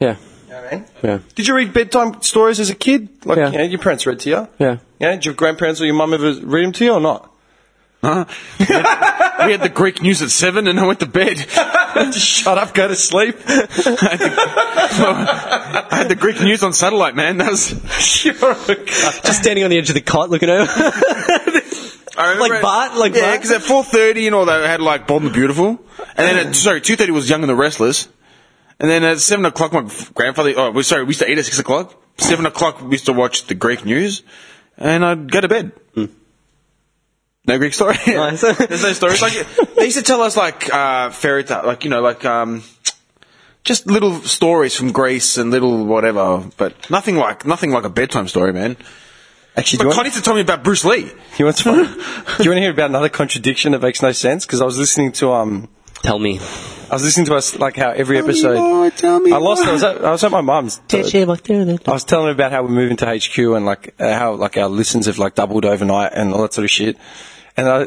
Speaker 1: Yeah.
Speaker 3: You know what I mean?
Speaker 1: Yeah.
Speaker 3: Did you read bedtime stories as a kid? Like,
Speaker 1: Yeah.
Speaker 3: you know, your parents read to you.
Speaker 1: Yeah.
Speaker 3: Yeah. Did your grandparents or your mum ever read them to you or not?
Speaker 2: we had the Greek news at seven, and I went to bed.
Speaker 3: Just shut up, go to sleep.
Speaker 2: I had the Greek news on satellite, man. That was.
Speaker 3: You're a cunt.
Speaker 1: Just standing on the edge of the cot looking over.
Speaker 2: I remember
Speaker 1: Like
Speaker 2: at-
Speaker 1: Bart, like
Speaker 2: yeah,
Speaker 1: Bart.
Speaker 2: because at four thirty and all that, I had like Bob and the Beautiful, and then at, sorry, two thirty was Young and the Restless, and then at seven o'clock, my grandfather. Oh, we sorry, we used to eat at six o'clock.
Speaker 1: Mm.
Speaker 2: Seven o'clock, we used to watch the Greek news, and I'd go to bed. No Greek story.
Speaker 1: Hmm. Nice.
Speaker 2: There's no stories. Like they used to tell us like uh, fairy tale, like you know, like um, just little stories from Greece and little whatever, but nothing like nothing like a bedtime story, man.
Speaker 3: Actually, do you,
Speaker 2: But Connie
Speaker 3: want,
Speaker 2: used to tell me about Bruce Lee.
Speaker 3: you want some- do you want to hear about another contradiction that makes no sense? Because I was listening to um,
Speaker 1: Tell me.
Speaker 3: I was listening to us like how every
Speaker 2: me
Speaker 3: episode.
Speaker 2: more, tell me
Speaker 3: I lost. I was at, I was at my mum's. I
Speaker 1: Yeah.
Speaker 3: was telling her about how we're moving to HQ and like uh, how like our listens have like doubled overnight and all that sort of shit. And I,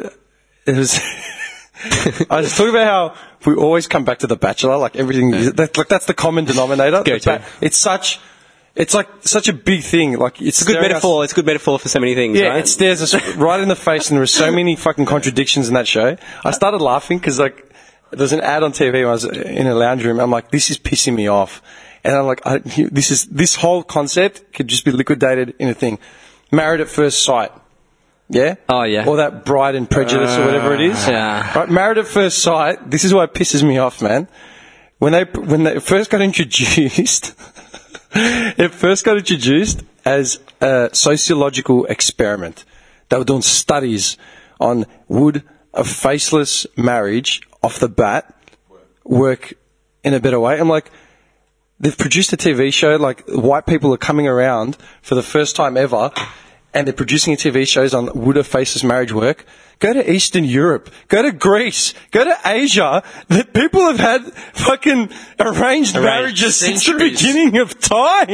Speaker 3: it was, I was talking about how we always come back to The Bachelor, like everything. That, like that's the common denominator.
Speaker 1: Go
Speaker 3: The
Speaker 1: to.
Speaker 3: it's such, it's like such a big thing. Like
Speaker 1: It's
Speaker 3: it's,
Speaker 1: a good
Speaker 3: staring us-
Speaker 1: metaphor. It's a good metaphor for so many things,
Speaker 3: yeah,
Speaker 1: right?
Speaker 3: it stares us right in the face, and there were so many fucking contradictions in that show. I started laughing because like there's an ad on TV. When I was in a lounge room. I'm like, this is pissing me off, and I'm like, I, this is this whole concept could just be liquidated in a thing, married at first sight. Yeah.
Speaker 1: Oh, yeah. Uh,
Speaker 3: Or that Bride and Prejudice or whatever it is.
Speaker 1: Yeah.
Speaker 3: Right, Married at First Sight. This is why it pisses me off, man. When they when they first got introduced, it first got introduced as a sociological experiment. They were doing studies on would a faceless marriage off the bat work in a better way. I'm like, they've produced a TV show, like white people are coming around for the first time ever, and they're producing TV shows on would a faceless marriage work. Go to Eastern Europe, go to Greece, go to Asia. The people have had fucking arranged, marriages since the
Speaker 2: centuries.
Speaker 3: beginning of time.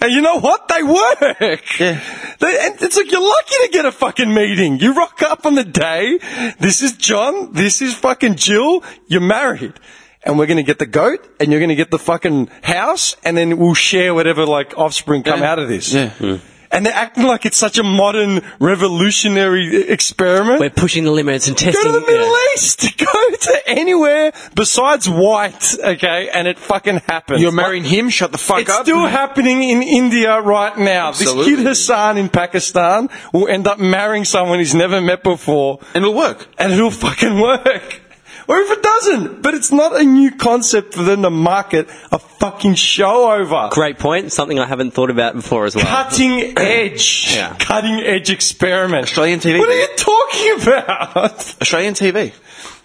Speaker 3: And you know what? They work. They, and it's like you're lucky to get a fucking meeting. You rock up on the day. This is John. This is fucking Jill. You're married and we're going to get the goat and you're going to get the fucking house and then we'll share whatever like offspring come out of this.
Speaker 2: Yeah.
Speaker 1: Hmm.
Speaker 3: And they're acting like it's such a modern revolutionary e-, experiment.
Speaker 1: We're pushing the limits and testing.
Speaker 3: Go to the Middle
Speaker 1: yeah.
Speaker 3: East. Go to anywhere besides white, okay? And it fucking happens.
Speaker 2: You're marrying him. Shut the fuck
Speaker 3: It's
Speaker 2: up.
Speaker 3: still happening in India right now.
Speaker 2: Absolutely.
Speaker 3: This kid Hassan in Pakistan will end up marrying someone he's never met before
Speaker 2: and it'll work.
Speaker 3: and it'll fucking work. Or if it doesn't, but it's not a new concept for them to market a fucking show over.
Speaker 1: Great point. Something I haven't thought about before as well.
Speaker 3: Cutting edge.
Speaker 1: Yeah.
Speaker 3: Cutting edge experiment.
Speaker 2: Australian TV.
Speaker 3: What are you talking about?
Speaker 2: Australian TV.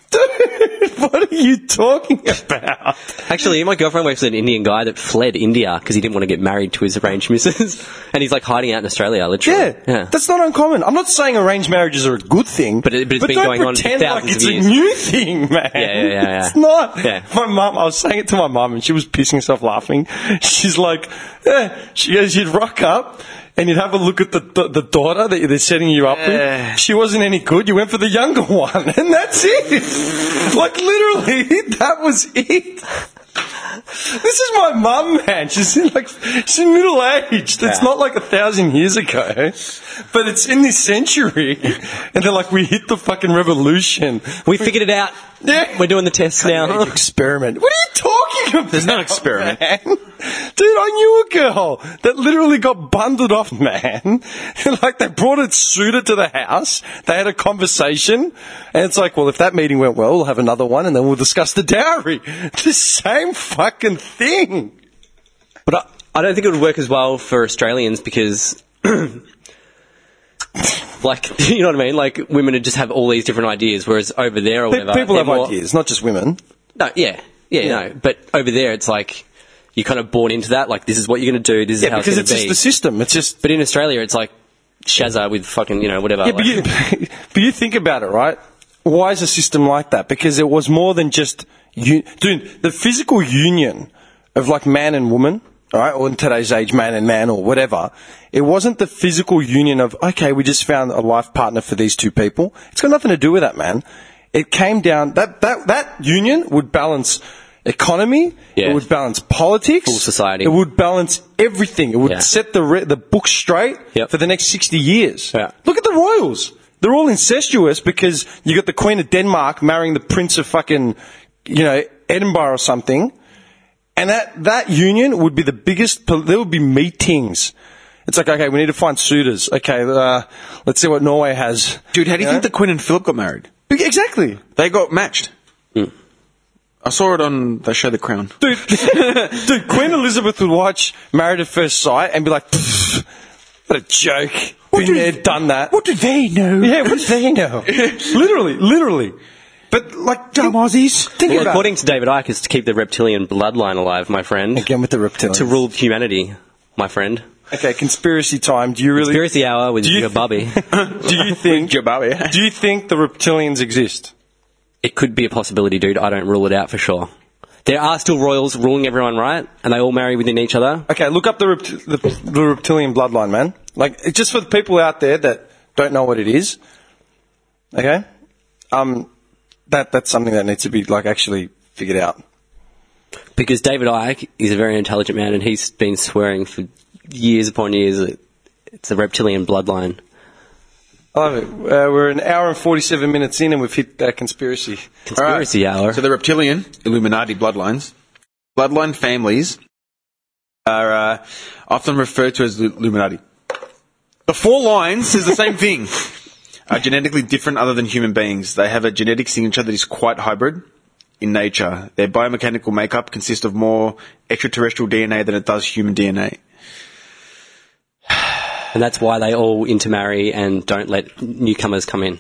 Speaker 3: Dude, what are you talking about?
Speaker 1: Actually, my girlfriend works with an Indian guy that fled India because he didn't want to get married to his arranged missus, and he's like hiding out in Australia, literally.
Speaker 3: Yeah, that's not uncommon. I'm not saying arranged marriages are a good thing,
Speaker 1: But it- but it's been
Speaker 3: don't
Speaker 1: going on for
Speaker 3: pretend like
Speaker 1: thousands
Speaker 3: it's
Speaker 1: of years.
Speaker 3: a new thing, man.
Speaker 1: yeah, yeah, yeah.
Speaker 3: It's not.
Speaker 1: Yeah.
Speaker 3: My mum, I was saying it to my mum, and she was pissing herself laughing. She's like, eh. she goes, you'd rock up. And you'd have a look at the, the, the daughter that they're setting you up
Speaker 2: Yeah.
Speaker 3: with. She wasn't any good. You went for the younger one. And that's it. like, literally, that was it. This is my mum, man. She's in like she's in middle aged. It's
Speaker 1: Yeah.
Speaker 3: not like a thousand years ago, but it's in this century. And they're like, we hit the fucking revolution.
Speaker 1: We figured it out.
Speaker 3: Yeah.
Speaker 1: We're doing the tests now.
Speaker 3: Age experiment. What are you talking about?
Speaker 2: There's no experiment.
Speaker 3: man? Dude, I knew a girl that literally got bundled off, man. like they brought it suited to the house. They had a conversation, and it's like, well, if that meeting went well, we'll have another one, and then we'll discuss the dowry. The same fucking thing.
Speaker 1: But I, I don't think it would work as well for Australians because, like, you know what I mean? Like, women would just have all these different ideas, whereas over there or
Speaker 3: Pe-
Speaker 1: whatever.
Speaker 3: people
Speaker 1: they're
Speaker 3: have
Speaker 1: more-
Speaker 3: ideas, not just women.
Speaker 1: No, yeah, yeah, no. But over there, it's like you're kind of born into that. Like, this is what you're going to do. This is how
Speaker 3: because it's
Speaker 1: it's going
Speaker 3: just
Speaker 1: to be.
Speaker 3: the system. It's just.
Speaker 1: but in Australia, it's like Shazza with fucking you know whatever.
Speaker 3: Yeah, but
Speaker 1: like-
Speaker 3: you, but you think about it, right? Why is a system like that? Because it was more than just you, dude. The physical union of like man and woman, all right, or in today's age, man and man, or whatever. It wasn't the physical union of okay, we just found a life partner for these two people. It's got nothing to do with that, man. It came down that that that union would balance economy.
Speaker 1: Yeah.
Speaker 3: It would balance politics.
Speaker 1: Full society.
Speaker 3: It would balance everything. It would
Speaker 1: Yeah.
Speaker 3: set the re- the book straight
Speaker 1: Yep.
Speaker 3: for the next sixty years.
Speaker 1: Yeah.
Speaker 3: Look at the royals. They're all incestuous because you got the Queen of Denmark marrying the Prince of fucking, you know, Edinburgh or something. And that, that union would be the biggest, pol- there would be meetings. It's like, okay, we need to find suitors. Okay, uh, let's see what Norway has.
Speaker 2: Dude, how do you
Speaker 3: Yeah.
Speaker 2: think the Queen and Philip got married?
Speaker 3: Exactly.
Speaker 2: They got matched. I saw it on the show The Crown.
Speaker 3: Dude, dude, Queen Elizabeth would watch Married at First Sight and be like, "Pfft, what a joke. Been there, done that.
Speaker 2: do they know?
Speaker 3: Yeah, what do they know? literally, literally. But like,
Speaker 2: Dumb Aussies.
Speaker 3: Think
Speaker 1: Well,
Speaker 3: about
Speaker 1: according to David Icke, is to keep the reptilian bloodline alive, my friend.
Speaker 3: again with the reptilians.
Speaker 1: To rule humanity, my friend.
Speaker 3: Okay, conspiracy time. Do you really?
Speaker 1: Conspiracy hour with
Speaker 3: Do you
Speaker 1: your
Speaker 3: thi-
Speaker 1: Bobby.
Speaker 3: do you think?
Speaker 2: Jabari.
Speaker 3: do you think the reptilians exist?
Speaker 1: It could be a possibility, dude. I don't rule it out for sure. There are still royals ruling everyone, right? And they all marry within each other.
Speaker 3: Okay, look up the, rept- the the reptilian bloodline, man. Like, it's just for the people out there that don't know what it is. Okay, um, that that's something that needs to be like actually figured out.
Speaker 1: Because David Icke is a very intelligent man, and he's been swearing for years upon years that it's a reptilian bloodline.
Speaker 3: I love it. Uh, we're an hour and forty-seven minutes in, and we've hit that conspiracy.
Speaker 1: Conspiracy hour.
Speaker 2: So the reptilian, Illuminati bloodlines, bloodline families are uh, often referred to as Lu- Illuminati. The four lines is the same thing. Are genetically different other than human beings. They have a genetic signature that is quite hybrid in nature. Their biomechanical makeup consists of more extraterrestrial DNA than it does human DNA.
Speaker 1: and that's why they all intermarry and don't let newcomers come in.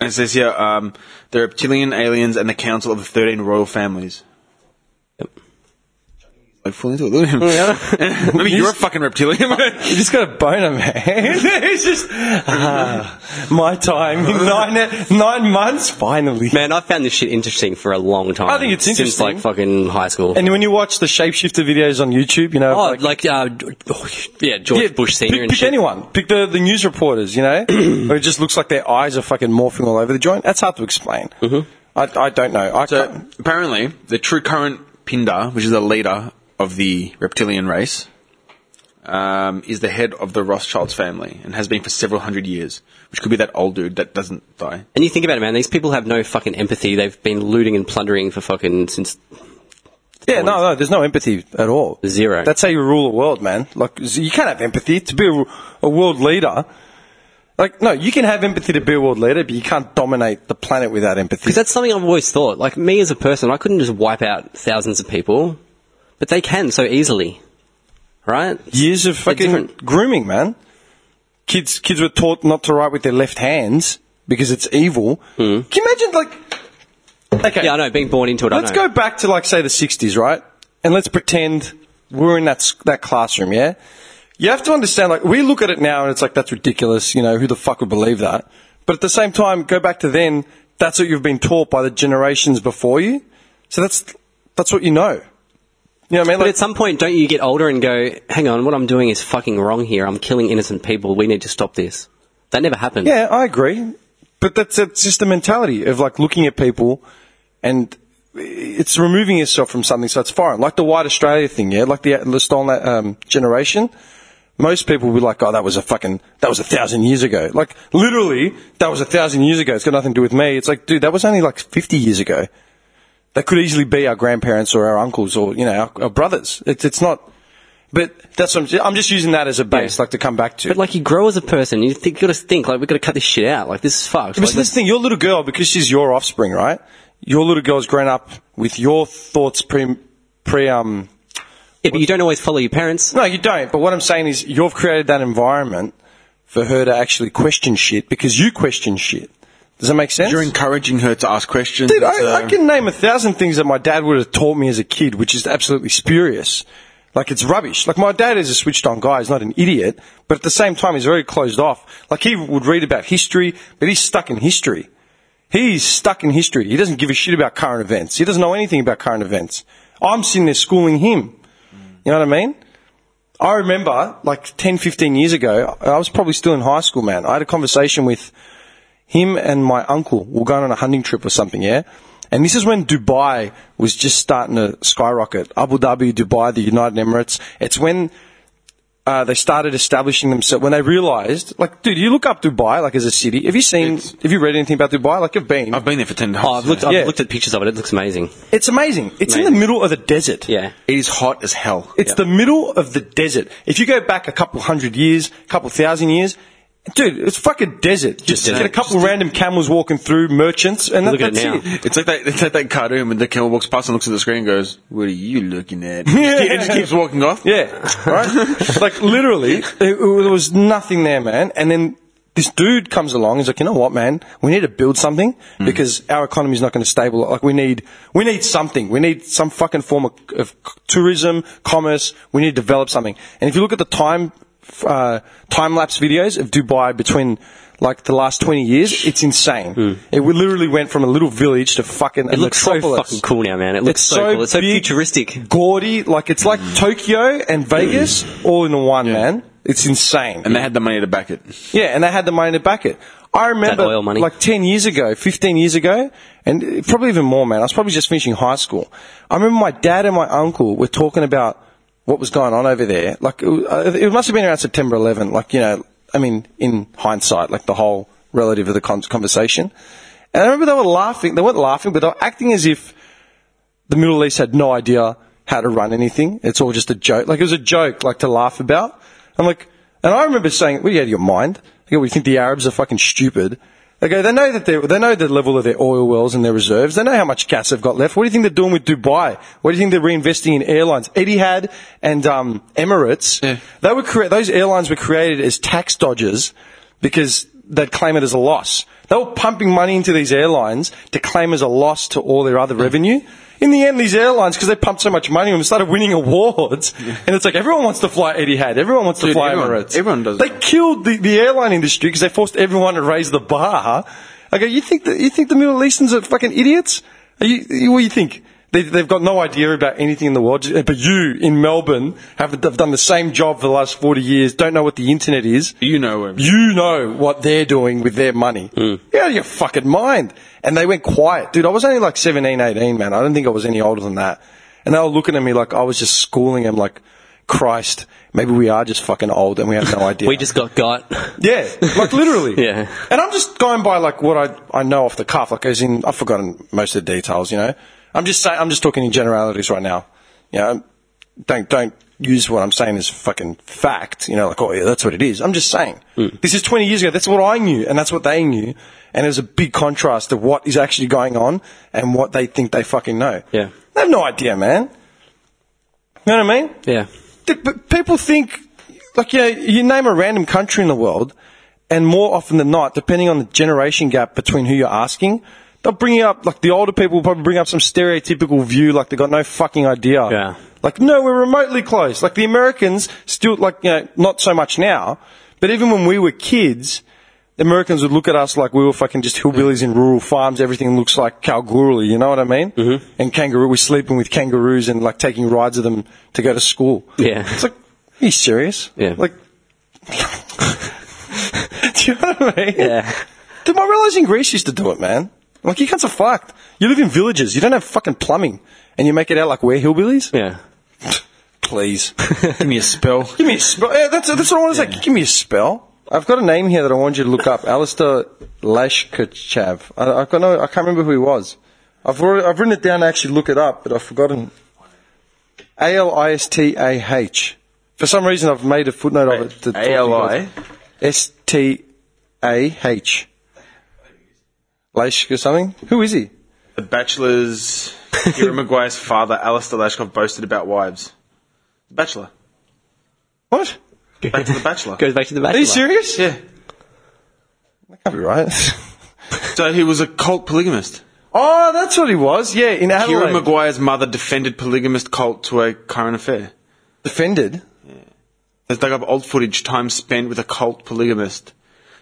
Speaker 2: And it says here, um, the reptilian aliens and the council of the 13 royal families.
Speaker 1: Yep.
Speaker 2: Like, full into
Speaker 3: Oh,
Speaker 2: it. Maybe you're a fucking reptilian.
Speaker 3: You just got a boner, man. it's just ah, my time. Nine nine months finally.
Speaker 1: Man, I've found this shit interesting for a long time.
Speaker 3: I think it's
Speaker 1: Since,
Speaker 3: interesting.
Speaker 1: like, fucking high school.
Speaker 3: And when you watch the shapeshifter videos on YouTube, you know,
Speaker 1: oh, like, uh, yeah, George Bush Senior
Speaker 3: Pick,
Speaker 1: and
Speaker 3: pick
Speaker 1: shit.
Speaker 3: anyone. Pick the, the news reporters. You know, where it just looks like their eyes are fucking morphing all over the joint. That's hard to explain. Mm-hmm. I, I don't know. I
Speaker 2: So
Speaker 3: can't-
Speaker 2: apparently, the true current Pindar, which is the leader of the reptilian race, um, is the head of the Rothschilds family and has been for several hundred years, which could be that old dude that doesn't die.
Speaker 1: And you think about it, man, these people have no fucking empathy. They've been looting and plundering for fucking since
Speaker 3: yeah, no, no. There's no empathy at all.
Speaker 1: Zero.
Speaker 3: That's how you rule the world, man. Like z- you can't have empathy to be a, a world leader. Like no, you can have empathy to be a world leader, but you can't dominate the planet without empathy.
Speaker 1: Because that's something I've always thought. Like, me as a person, I couldn't just wipe out thousands of people, but they can so easily. Right?
Speaker 3: years of fucking
Speaker 1: different.
Speaker 3: grooming, man. Kids, kids were taught not to write with their left hands because it's evil. Can you imagine, like, Okay.
Speaker 1: Hmm. Yeah, I know. Being born into it,
Speaker 3: Let's
Speaker 1: I know.
Speaker 3: go back to like say the '60s, right? And let's pretend we're in that s- that classroom. Yeah, you have to understand. Like we look at it now, and it's like that's ridiculous. You know, who the fuck would believe that? But at the same time, go back to then. That's what you've been taught by the generations before you. So that's that's what you know. You know what I mean?
Speaker 1: But
Speaker 3: Like,
Speaker 1: at some point, don't you get older and go, hang on, what I'm doing is fucking wrong here. I'm killing innocent people. We need to stop this. That never happened.
Speaker 3: Yeah, I agree. But that's, that's just the mentality of like looking at people and it's removing yourself from something so it's foreign. Like the white Australia thing, yeah? Like the, the stolen um, generation. Most people would be like, oh, that was a fucking, that was a thousand years ago. Like, literally, that was a thousand years ago. It's got nothing to do with me. It's like, dude, that was only like 50 years ago. That could easily be our grandparents or our uncles or, you know, our, our brothers. It's, it's not, but that's what I'm, I'm just using that as a base,
Speaker 1: Yeah.
Speaker 3: like to come back to.
Speaker 1: But like you grow as a person, you think you gotta think like we gotta cut this shit out. Like this is fucked.
Speaker 3: But
Speaker 1: Like,
Speaker 3: see, this thing, your little girl, because she's your offspring, right? Your little girl's grown up with your thoughts pre, pre, um.
Speaker 1: yeah, but you don't always follow your parents.
Speaker 3: No, you don't. But what I'm saying is, you've created that environment for her to actually question shit because you question shit. Does that make sense?
Speaker 2: You're encouraging her to ask questions. uh,
Speaker 3: Dude,
Speaker 2: so-
Speaker 3: I, I can name a thousand things that my dad would have taught me as a kid, which is absolutely spurious. Like it's rubbish. Like my dad is a switched on guy. He's not an idiot, but at the same time, he's very closed off. Like he would read about history, but he's stuck in history. He's stuck in history. He doesn't give a shit about current events. He doesn't know anything about current events. I'm sitting there schooling him. You know what I mean? I remember like 10, 15 years ago, I was probably still in high school, man. I had a conversation with him and my uncle were going on a hunting trip or something, yeah? And this is when Dubai was just starting to skyrocket. Abu Dhabi, Dubai, the United Emirates. It's when uh, they started establishing themselves, when they realized, like, dude, you look up Dubai, like, as a city. Have you seen, have you read anything about Dubai? Like, you've been.
Speaker 2: I've been there for 10
Speaker 1: Oh, I've
Speaker 2: times.
Speaker 1: looked.
Speaker 3: Yeah.
Speaker 1: I've looked at pictures of it. It looks amazing.
Speaker 3: It's amazing. It's in the
Speaker 1: Amazing.
Speaker 3: middle of the desert.
Speaker 1: Yeah.
Speaker 2: it is hot as hell.
Speaker 3: It's the middle of the desert. If you go back a couple hundred years, a couple thousand years, dude, it's fucking desert. Just,
Speaker 1: desert.
Speaker 3: get a couple random camels walking through, merchants, and
Speaker 1: Look
Speaker 3: that,
Speaker 1: at it
Speaker 3: that's
Speaker 1: now.
Speaker 3: it.
Speaker 2: It's like that. It's like that cartoon when the camel walks past and looks at the screen and goes, "What are you looking at?"
Speaker 3: Yeah.
Speaker 2: It just keeps walking off.
Speaker 3: Yeah, right. like literally, it, it- there was nothing there, man. And then this dude comes along. He's like, you know what, man? We need to build something
Speaker 1: Hmm.
Speaker 3: because our economy's not going to stabilize. Like we need, we need something. We need some fucking form of, of tourism, commerce. We need to develop something. And if you look at the time, uh, time lapse videos of Dubai between. Like the last twenty years, it's insane. It literally went from a little village to fucking.
Speaker 1: Hmm. It looks so fucking cool now, man. It looks so, cool. It's so
Speaker 3: big,
Speaker 1: futuristic. Mm.
Speaker 3: gaudy. Like it's like Tokyo and Vegas all in one, man. It's insane.
Speaker 2: And they had the money to back it.
Speaker 3: yeah, and they had the money to back it. I remember,
Speaker 1: oil money.
Speaker 3: like ten years ago, fifteen years ago, and uh, probably even more, man. I was probably just finishing high school. I remember my dad and my uncle were talking about what was going on over there. Like it, was- uh, it must have been around September 11. Like you know, I mean, in hindsight, like the whole relative of the con- conversation. And I remember they were laughing. They weren't laughing, but they were acting as if the Middle East had no idea how to run anything. It's all just a joke. Like it was a joke, like to laugh about. I'm like, and I remember saying, "What are you out of your mind? I go, we think the Arabs are fucking stupid." They go, they know that they they know the level of their oil wells and their reserves. They know how much gas they've got left. What do you think they're doing with Dubai? What do you think they're reinvesting in airlines? Etihad and um, Emirates. They were crea- those airlines were created as tax dodgers because they'd claim it as a loss. They were pumping money into these airlines to claim as a loss to all their other revenue. In the end, these airlines, because they pumped so much money, and started winning awards, and it's like everyone wants to fly Etihad, everyone wants to
Speaker 2: Dude,
Speaker 3: fly
Speaker 2: everyone-
Speaker 3: Emirates.
Speaker 2: everyone does
Speaker 3: They
Speaker 2: that.
Speaker 3: killed the, the airline industry because they forced everyone to raise the bar. I go, you think that you think the Middle Easterns are fucking idiots? Are you, you- what do you think? They, they've got no idea about anything in the world, j- but you in Melbourne have, have done the same job for the last forty years. Don't know what the internet is
Speaker 2: You know him.
Speaker 3: you know what they're doing with their money.
Speaker 1: Hmm.
Speaker 3: You're out of your fucking mind. And they went quiet. Dude, I was only like 17, 18, man. I don't think I was any older than that. And they were looking at me like I was just schooling them like, Christ, maybe we are just fucking old and we have no idea.
Speaker 1: We just got got.
Speaker 3: Yeah, like literally.
Speaker 1: Yeah.
Speaker 3: And I'm just going by like what I I know off the cuff. Like as in, I've forgotten most of the details. You know, I'm just saying. I'm just talking in generalities right now. You know, don't don't use what I'm saying as fucking fact. You know, like oh yeah, that's what it is. I'm just saying.
Speaker 1: Hmm.
Speaker 3: This is 20 years ago. That's what I knew, and that's what they knew. And there's a big contrast of what is actually going on and what they think they fucking know.
Speaker 1: Yeah.
Speaker 3: They have no idea, man. You know what I mean?
Speaker 1: yeah.
Speaker 3: Th- But people think, like, you know, you name a random country in the world, and more often than not, depending on the generation gap between who you're asking, they'll bring up like the older people will probably bring up some stereotypical view, like they got no fucking idea.
Speaker 1: Yeah.
Speaker 3: Like no, we're remotely close. Like the Americans still like you know not so much now, but even when we were kids. The Americans would look at us like we were fucking just hillbillies in rural farms. Everything looks like Kalgoorlie, you know what I mean? Mm-hmm. And kangaroo, we're sleeping with kangaroos and like taking rides of them to go to school.
Speaker 1: Yeah.
Speaker 3: It's like, are you serious?
Speaker 1: Yeah.
Speaker 3: Like, do you know what I mean?
Speaker 1: Yeah.
Speaker 3: Dude, my relatives in Greece used to do it, man. Like, you cunts are fucked. You live in villages. You don't have fucking plumbing. And you make it out like we're hillbillies?
Speaker 1: Yeah.
Speaker 3: Please.
Speaker 2: Give me a spell.
Speaker 3: give me a spell. Yeah, that's, that's what I want to say. Give me a spell. I've got a name here that I want you to look up. Alistair Lashkachav. I, I've got no, I can't remember who he was. I've, already, I've written it down to actually look it up, but I've forgotten. A-L-I-S-T-A-H. For some reason, I've made a footnote of it. to talk to you guys.
Speaker 2: A-L-I?
Speaker 3: S-T-A-H. Lashk or something? Who is he?
Speaker 2: The Bachelor's Kira Maguire's father, Alistair Lashkov, boasted about wives. The Bachelor.
Speaker 3: What?
Speaker 2: Back to the Bachelor.
Speaker 1: Goes back to the bachelor.
Speaker 3: Are you serious?
Speaker 2: Yeah.
Speaker 3: That can't be right.
Speaker 2: So he was a cult polygamist.
Speaker 3: oh, that's what he was. Yeah, in Adelaide.
Speaker 2: Kira Maguire's mother defended polygamist cult to a current affair.
Speaker 3: Defended.
Speaker 2: They dug up old footage, time spent with a cult polygamist.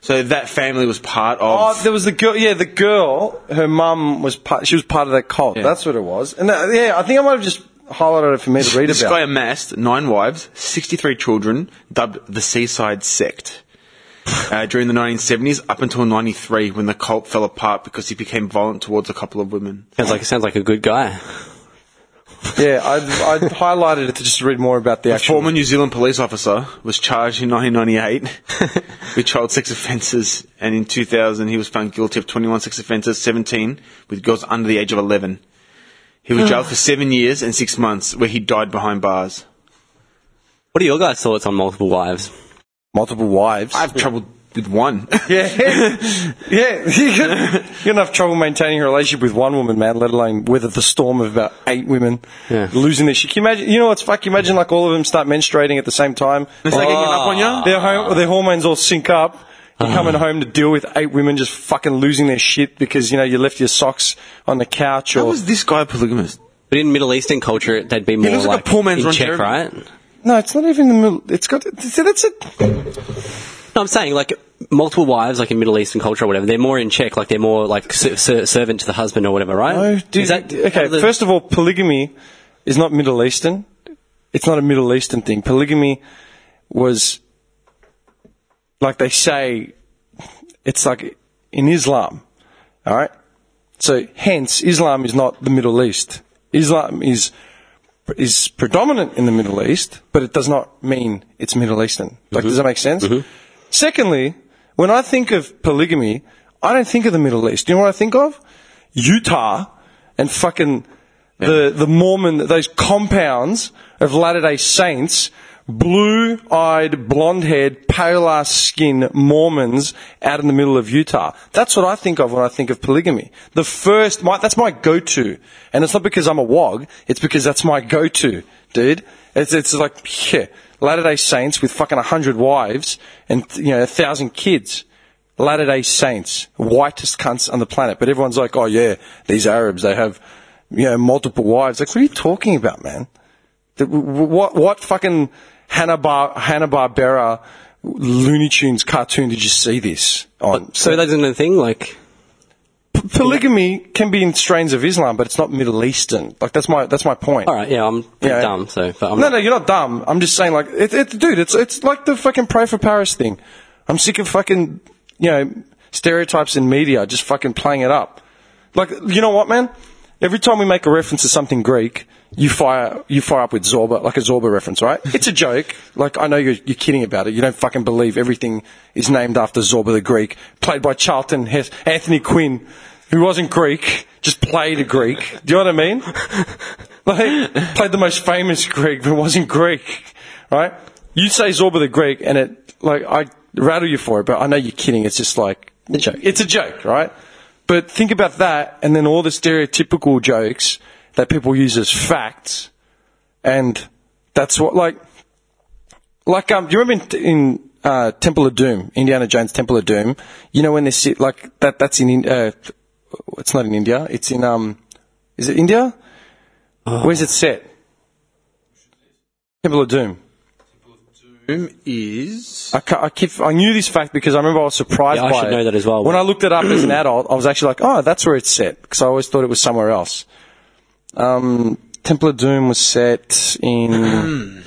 Speaker 2: So that family was part of.
Speaker 3: Oh, there was the girl. Yeah, the girl. Her mum was part. She was part of that cult. That's what it was. And that, yeah, I think I might have just highlighted it for me to read
Speaker 2: this
Speaker 3: about.
Speaker 2: guy amassed nine wives, 63 children, dubbed the Seaside Sect. Uh, during the 1970s, up until 93, when the cult fell apart because he became violent towards a couple of women.
Speaker 1: Sounds like sounds like a good guy.
Speaker 3: yeah, I, I highlighted it to just read more about the
Speaker 2: A
Speaker 3: actual.
Speaker 2: former New Zealand police officer was charged in 1998 with child sex offences, and in 2000 he was found guilty of 21 sex offences, 17 with girls under the age of 11. He was jailed for seven years and six months, where he died behind bars.
Speaker 1: What are your guys' thoughts on multiple wives?
Speaker 3: multiple wives.
Speaker 2: I have trouble with one.
Speaker 3: yeah, yeah. You got, you got enough trouble maintaining a relationship with one woman, man. Let alone weather the storm of about eight women
Speaker 1: Yeah.
Speaker 3: losing their shit. Can you imagine? You know what's fuck? Imagine like all of them start menstruating at the same time.
Speaker 2: Is that
Speaker 3: Like,
Speaker 2: ganging up on Uh-huh. you?
Speaker 3: their home, their hormones all sync up. You're coming home to deal with eight women just fucking losing their shit because you know you left your socks on the couch
Speaker 2: How
Speaker 3: or
Speaker 2: was this guy a polygamist?
Speaker 1: But in Middle Eastern culture, they'd be more
Speaker 2: looks like a
Speaker 1: like,
Speaker 2: poor man's
Speaker 1: in
Speaker 2: Ron
Speaker 1: check,
Speaker 2: Jeremy.
Speaker 1: right?
Speaker 3: no, it's not even the middle. It's got see, that's it.
Speaker 1: No, I'm saying like multiple wives, like in Middle Eastern culture or whatever, they're more in check. Like they're more like ser- ser- servant to the husband or whatever, right?
Speaker 3: No, dude,
Speaker 1: Is that-
Speaker 3: okay,
Speaker 1: the-
Speaker 3: first of all, polygamy is not Middle Eastern. It's not a Middle Eastern thing. Polygamy was, like they say, it's like in Islam. All right? So, hence, Islam is not the Middle East. Islam is is predominant in the Middle East, but it does not mean it's Middle Eastern. Like, does that make sense? Secondly, when I think of polygamy, I don't think of the Middle East. Do you know what I think of? Utah and fucking the, the Mormon, those compounds of Latter day Saints, blue eyed, blonde haired, pale ass skin Mormons out in the middle of Utah. That's what I think of when I think of polygamy. The first, my, that's my go to. And it's not because I'm a wog, it's because that's my go to, dude. It's, it's like, yeah, Latter day Saints with fucking 100 wives and, you know, a 1,000 kids. Latter day Saints, whitest cunts on the planet. But everyone's like, oh yeah, these Arabs, they have, you know, multiple wives. Like, what are you talking about, man? The- w- w- What, what fucking Hanna-Bar- Hanna-Barbera Looney Tunes cartoon did you see this on?
Speaker 1: so that isn't a thing. Like
Speaker 3: P- polygamy can be in strains of Islam, but it's not Middle Eastern. Like, that's my, that's my point.
Speaker 1: all right, yeah, I'm pretty
Speaker 3: Yeah.
Speaker 1: dumb. So, but I'm
Speaker 3: No,
Speaker 1: not-
Speaker 3: no, you're not dumb. I'm just saying, like, it, it, dude, it's it's like the fucking pray for Paris thing. I'm sick of fucking, you know, stereotypes in media just fucking playing it up. Like, you know what, man? Every time we make a reference to something Greek, you fire you fire up with Zorba, like a Zorba reference, right? It's a joke. Like, I know you're, you're kidding about it. You don't fucking believe everything is named after Zorba the Greek, played by Charlton Hess, Anthony Quinn, who wasn't Greek, just played a Greek. Do you know what I mean? Like, played the most famous Greek, but wasn't Greek, right? You say Zorba the Greek, and it, like, I rattle you for it, but I know you're kidding. It's just like,
Speaker 1: A joke.
Speaker 3: it's a joke, right? But think about that, and then all the stereotypical jokes that people use as facts, and that's what, like, like, um, do you remember in, in uh, Temple of Doom, Indiana Jones Temple of Doom? You know when they sit like that? That's in uh, It's not in India. It's in um, is it India? Where's it set? Temple of Doom.
Speaker 2: Doom is.
Speaker 3: I, ca- I keep. I knew this fact because I remember I was surprised.
Speaker 1: Yeah, I
Speaker 3: by
Speaker 1: should
Speaker 3: it.
Speaker 1: know that as well.
Speaker 3: When I looked it up as an adult, I was actually like, "Oh, that's where it's set," because I always thought it was somewhere else. Um, Temple of Doom was set in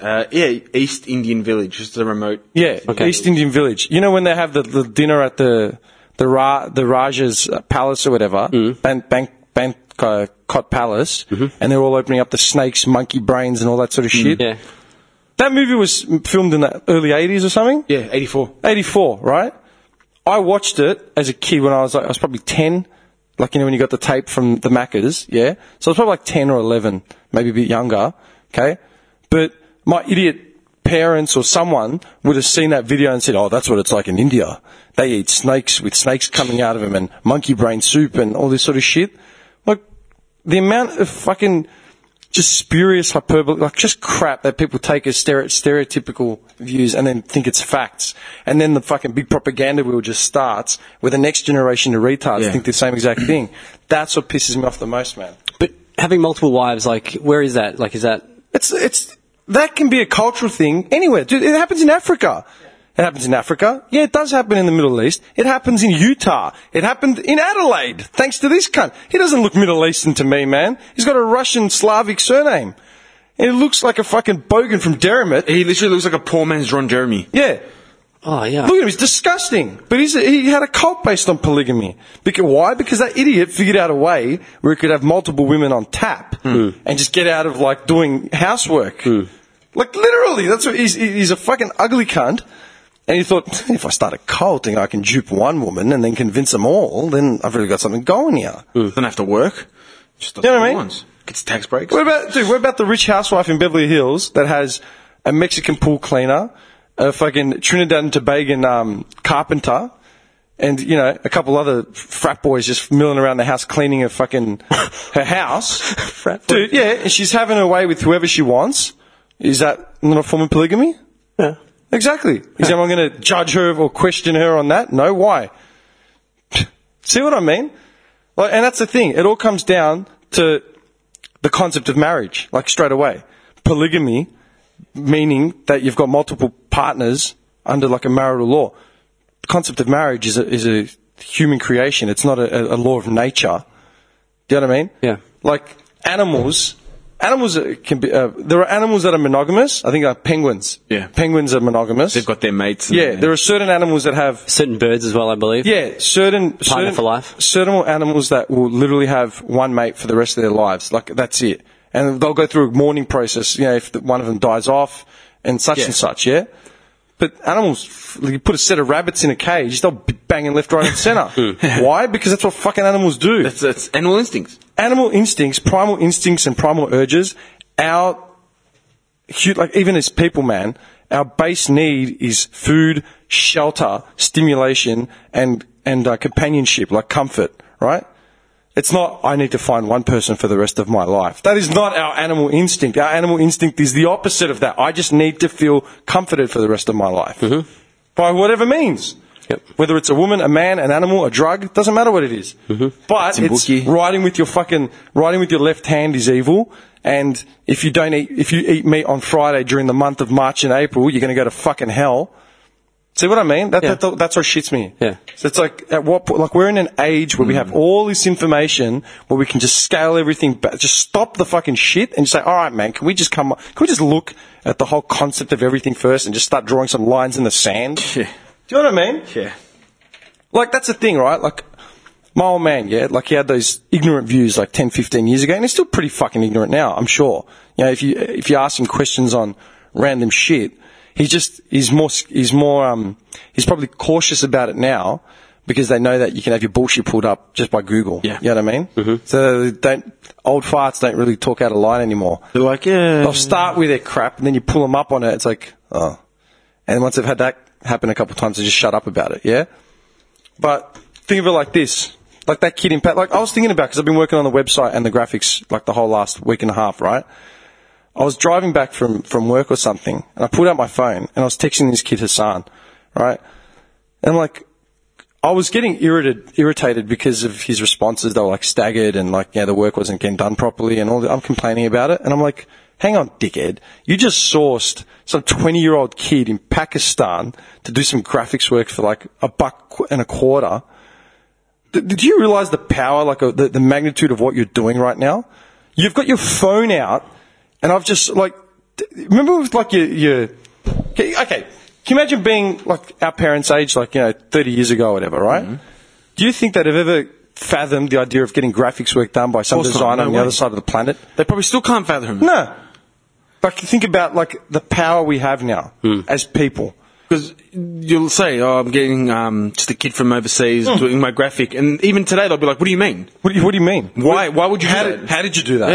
Speaker 2: Uh, yeah, East Indian Village, just a remote.
Speaker 3: yeah
Speaker 1: Okay.
Speaker 3: East Indian Village. You know when they have the, the dinner at the the Ra, the Raja's uh, palace or whatever,
Speaker 1: Mm.
Speaker 3: Ban Ban Ban uh, Cot Palace, and they're all opening up the snakes, monkey brains, and all that sort of shit.
Speaker 1: Mm-hmm. Mm. Yeah.
Speaker 3: That movie was filmed in the early '80s or something.
Speaker 2: Yeah, 84.
Speaker 3: 84, right? I watched it as a kid when I was like, I was probably 10. Like, you know, when you got the tape from the Maccas, yeah? So I was probably like 10 or 11, maybe a bit younger, okay? But my idiot parents or someone would have seen that video and said, oh, that's what it's like in India. They eat snakes with snakes coming out of them and monkey brain soup and all this sort of shit. Like, the amount of fucking just spurious hyperbole, like just crap that people take as stere- stereotypical views and then think it's facts. And then the fucking big propaganda wheel just starts where the next generation of retards
Speaker 2: Yeah.
Speaker 3: think the same exact thing. That's what pisses me off the most, man.
Speaker 1: But having multiple wives, like, where is that? Like, is that
Speaker 3: It's, it's, that can be a cultural thing anywhere. Dude, it happens in Africa. It happens in Africa. Yeah, it does happen in the Middle East. It happens in Utah. It happened in Adelaide, thanks to this cunt. He doesn't look Middle Eastern to me, man. He's got a Russian Slavic surname. And he looks like a fucking bogan from Derrimut.
Speaker 2: He literally looks like a poor man's Ron Jeremy.
Speaker 3: Yeah.
Speaker 1: Oh yeah.
Speaker 3: Look at him, he's disgusting. But he's he had a cult based on polygamy. Because, why? Because that idiot figured out a way where he could have multiple women on tap and just get out of like doing housework. Like literally, that's what he's, he's a fucking ugly cunt. And he thought, if I start a cult and I can dupe one woman and then convince them all, then I've really got something going here.
Speaker 2: Doesn't have to work. Just does
Speaker 3: You
Speaker 2: what
Speaker 3: know what I
Speaker 2: he
Speaker 3: mean?
Speaker 2: wants. Gets tax breaks.
Speaker 3: What about dude? What about the rich housewife in Beverly Hills that has a Mexican pool cleaner, a fucking Trinidad and Tobago um, carpenter, and you know a couple other frat boys just milling around the house cleaning her fucking her house?
Speaker 1: Frat boy.
Speaker 3: dude, yeah, and she's having her way with whoever she wants. Is that not a form of polygamy?
Speaker 1: Yeah.
Speaker 3: Exactly. Is anyone going to judge her or question her on that? No. Why? See what I mean? Like, and that's the thing. It all comes down to the concept of marriage, like straight away. Polygamy, meaning that you've got multiple partners under like a marital law. The concept of marriage is a, is a human creation. It's not a, a- a law of nature. Do you know what I mean?
Speaker 1: Yeah.
Speaker 3: Like animals, animals are- can be. Uh, there are animals that are monogamous. I think like penguins.
Speaker 2: Yeah.
Speaker 3: Penguins are monogamous.
Speaker 2: They've got their mates. and-
Speaker 3: yeah, there are certain animals that have
Speaker 1: certain birds as well? I believe.
Speaker 3: yeah, certain certain,
Speaker 1: for life.
Speaker 3: Certain animals that will literally have one mate for the rest of their lives. Like that's it, and they'll go through a mourning process. You know, if the- one of them dies off, and such
Speaker 2: Yeah.
Speaker 3: and such. Yeah, but animals, like you put a set of rabbits in a cage, they'll be banging left, right, and center. Why? Because that's what fucking animals do
Speaker 2: Hmm. That's, that's animal instincts.
Speaker 3: animal instincts, primal instincts, and primal urges, our hu- like even as people, man, our base need is food, shelter, stimulation, and and uh, companionship, like comfort, right? It's not I need to find one person for the rest of my life. That is not our animal instinct. Our animal instinct is the opposite of that. I just need to feel comforted for the rest of my life by whatever means.
Speaker 1: Yep.
Speaker 3: Whether it's a woman, a man, an animal, a drug, doesn't matter what it is. But it's
Speaker 2: Timbuki.
Speaker 3: riding with your fucking riding with your left hand is evil. And if you don't eat, if you eat meat on Friday during the month of March and April, you're going to go to fucking hell. See what I mean? That,
Speaker 1: Yeah.
Speaker 3: that, that's what shits me.
Speaker 1: Yeah.
Speaker 3: So it's like at what point? Like we're in an age where we
Speaker 2: Mm.
Speaker 3: have all this information where we can just scale everything back. Just stop the fucking shit and just say, all right, man, can we just come? Can we just look at the whole concept of everything first and just start drawing some lines in the sand?
Speaker 2: Yeah.
Speaker 3: Do you know what I mean?
Speaker 2: Yeah.
Speaker 3: Like, that's the thing, right? Like, my old man, yeah, like he had those ignorant views like 10, 15 years ago, and he's still pretty fucking ignorant now, I'm sure. You know, if you, if you ask him questions on random shit, he just, he's more, s- he's more, um, he's probably cautious about it now because they know that you can have your bullshit pulled up just by Google.
Speaker 2: Yeah.
Speaker 3: You know what I mean? Mm-hmm. So they don't, old farts don't really talk out of line anymore.
Speaker 2: They're like, yeah.
Speaker 3: They'll start with their crap, and then you pull them up on it. It's like, oh. And once they've had that happen a couple of times, they just shut up about it. Yeah. But think of it like this: like that kid in Pat. Like I was thinking about because I've been working on the website and the graphics like the whole last week and a half, right? I was driving back from, from work or something, and I pulled out my phone and I was texting this kid Hassan, right? And I'm like, I was getting irritated, irritated because of his responses. They were like staggered and like, yeah, the work wasn't getting done properly and all that. I'm complaining about it. And I'm like, hang on, dickhead. You just sourced some 20 year old kid in Pakistan to do some graphics work for like a buck qu- and a quarter. D- did you realize the power, like uh, the, the magnitude of what you're doing right now? You've got your phone out and I've just like, d- remember with like your, your, okay, okay. Can you imagine being like our parents' age, like, you know, 30 years ago or whatever, right?
Speaker 2: Mm-hmm.
Speaker 3: Do you think they'd have ever fathomed the idea of getting graphics work done by some
Speaker 2: Course not,
Speaker 3: designer
Speaker 2: no
Speaker 3: on the
Speaker 2: way.
Speaker 3: other side of the planet?
Speaker 2: They probably still can't fathom.
Speaker 3: No. Like think about like the power we have now
Speaker 2: Hmm.
Speaker 3: as people.
Speaker 2: Because you'll say, oh, I'm getting um, just a kid from overseas
Speaker 3: Hmm.
Speaker 2: doing my graphic. And even today, they'll be like, what do you mean?
Speaker 3: What do you, what do you mean?
Speaker 2: Why, why would you
Speaker 3: How
Speaker 2: do
Speaker 3: did,
Speaker 2: that?
Speaker 3: how did you do that?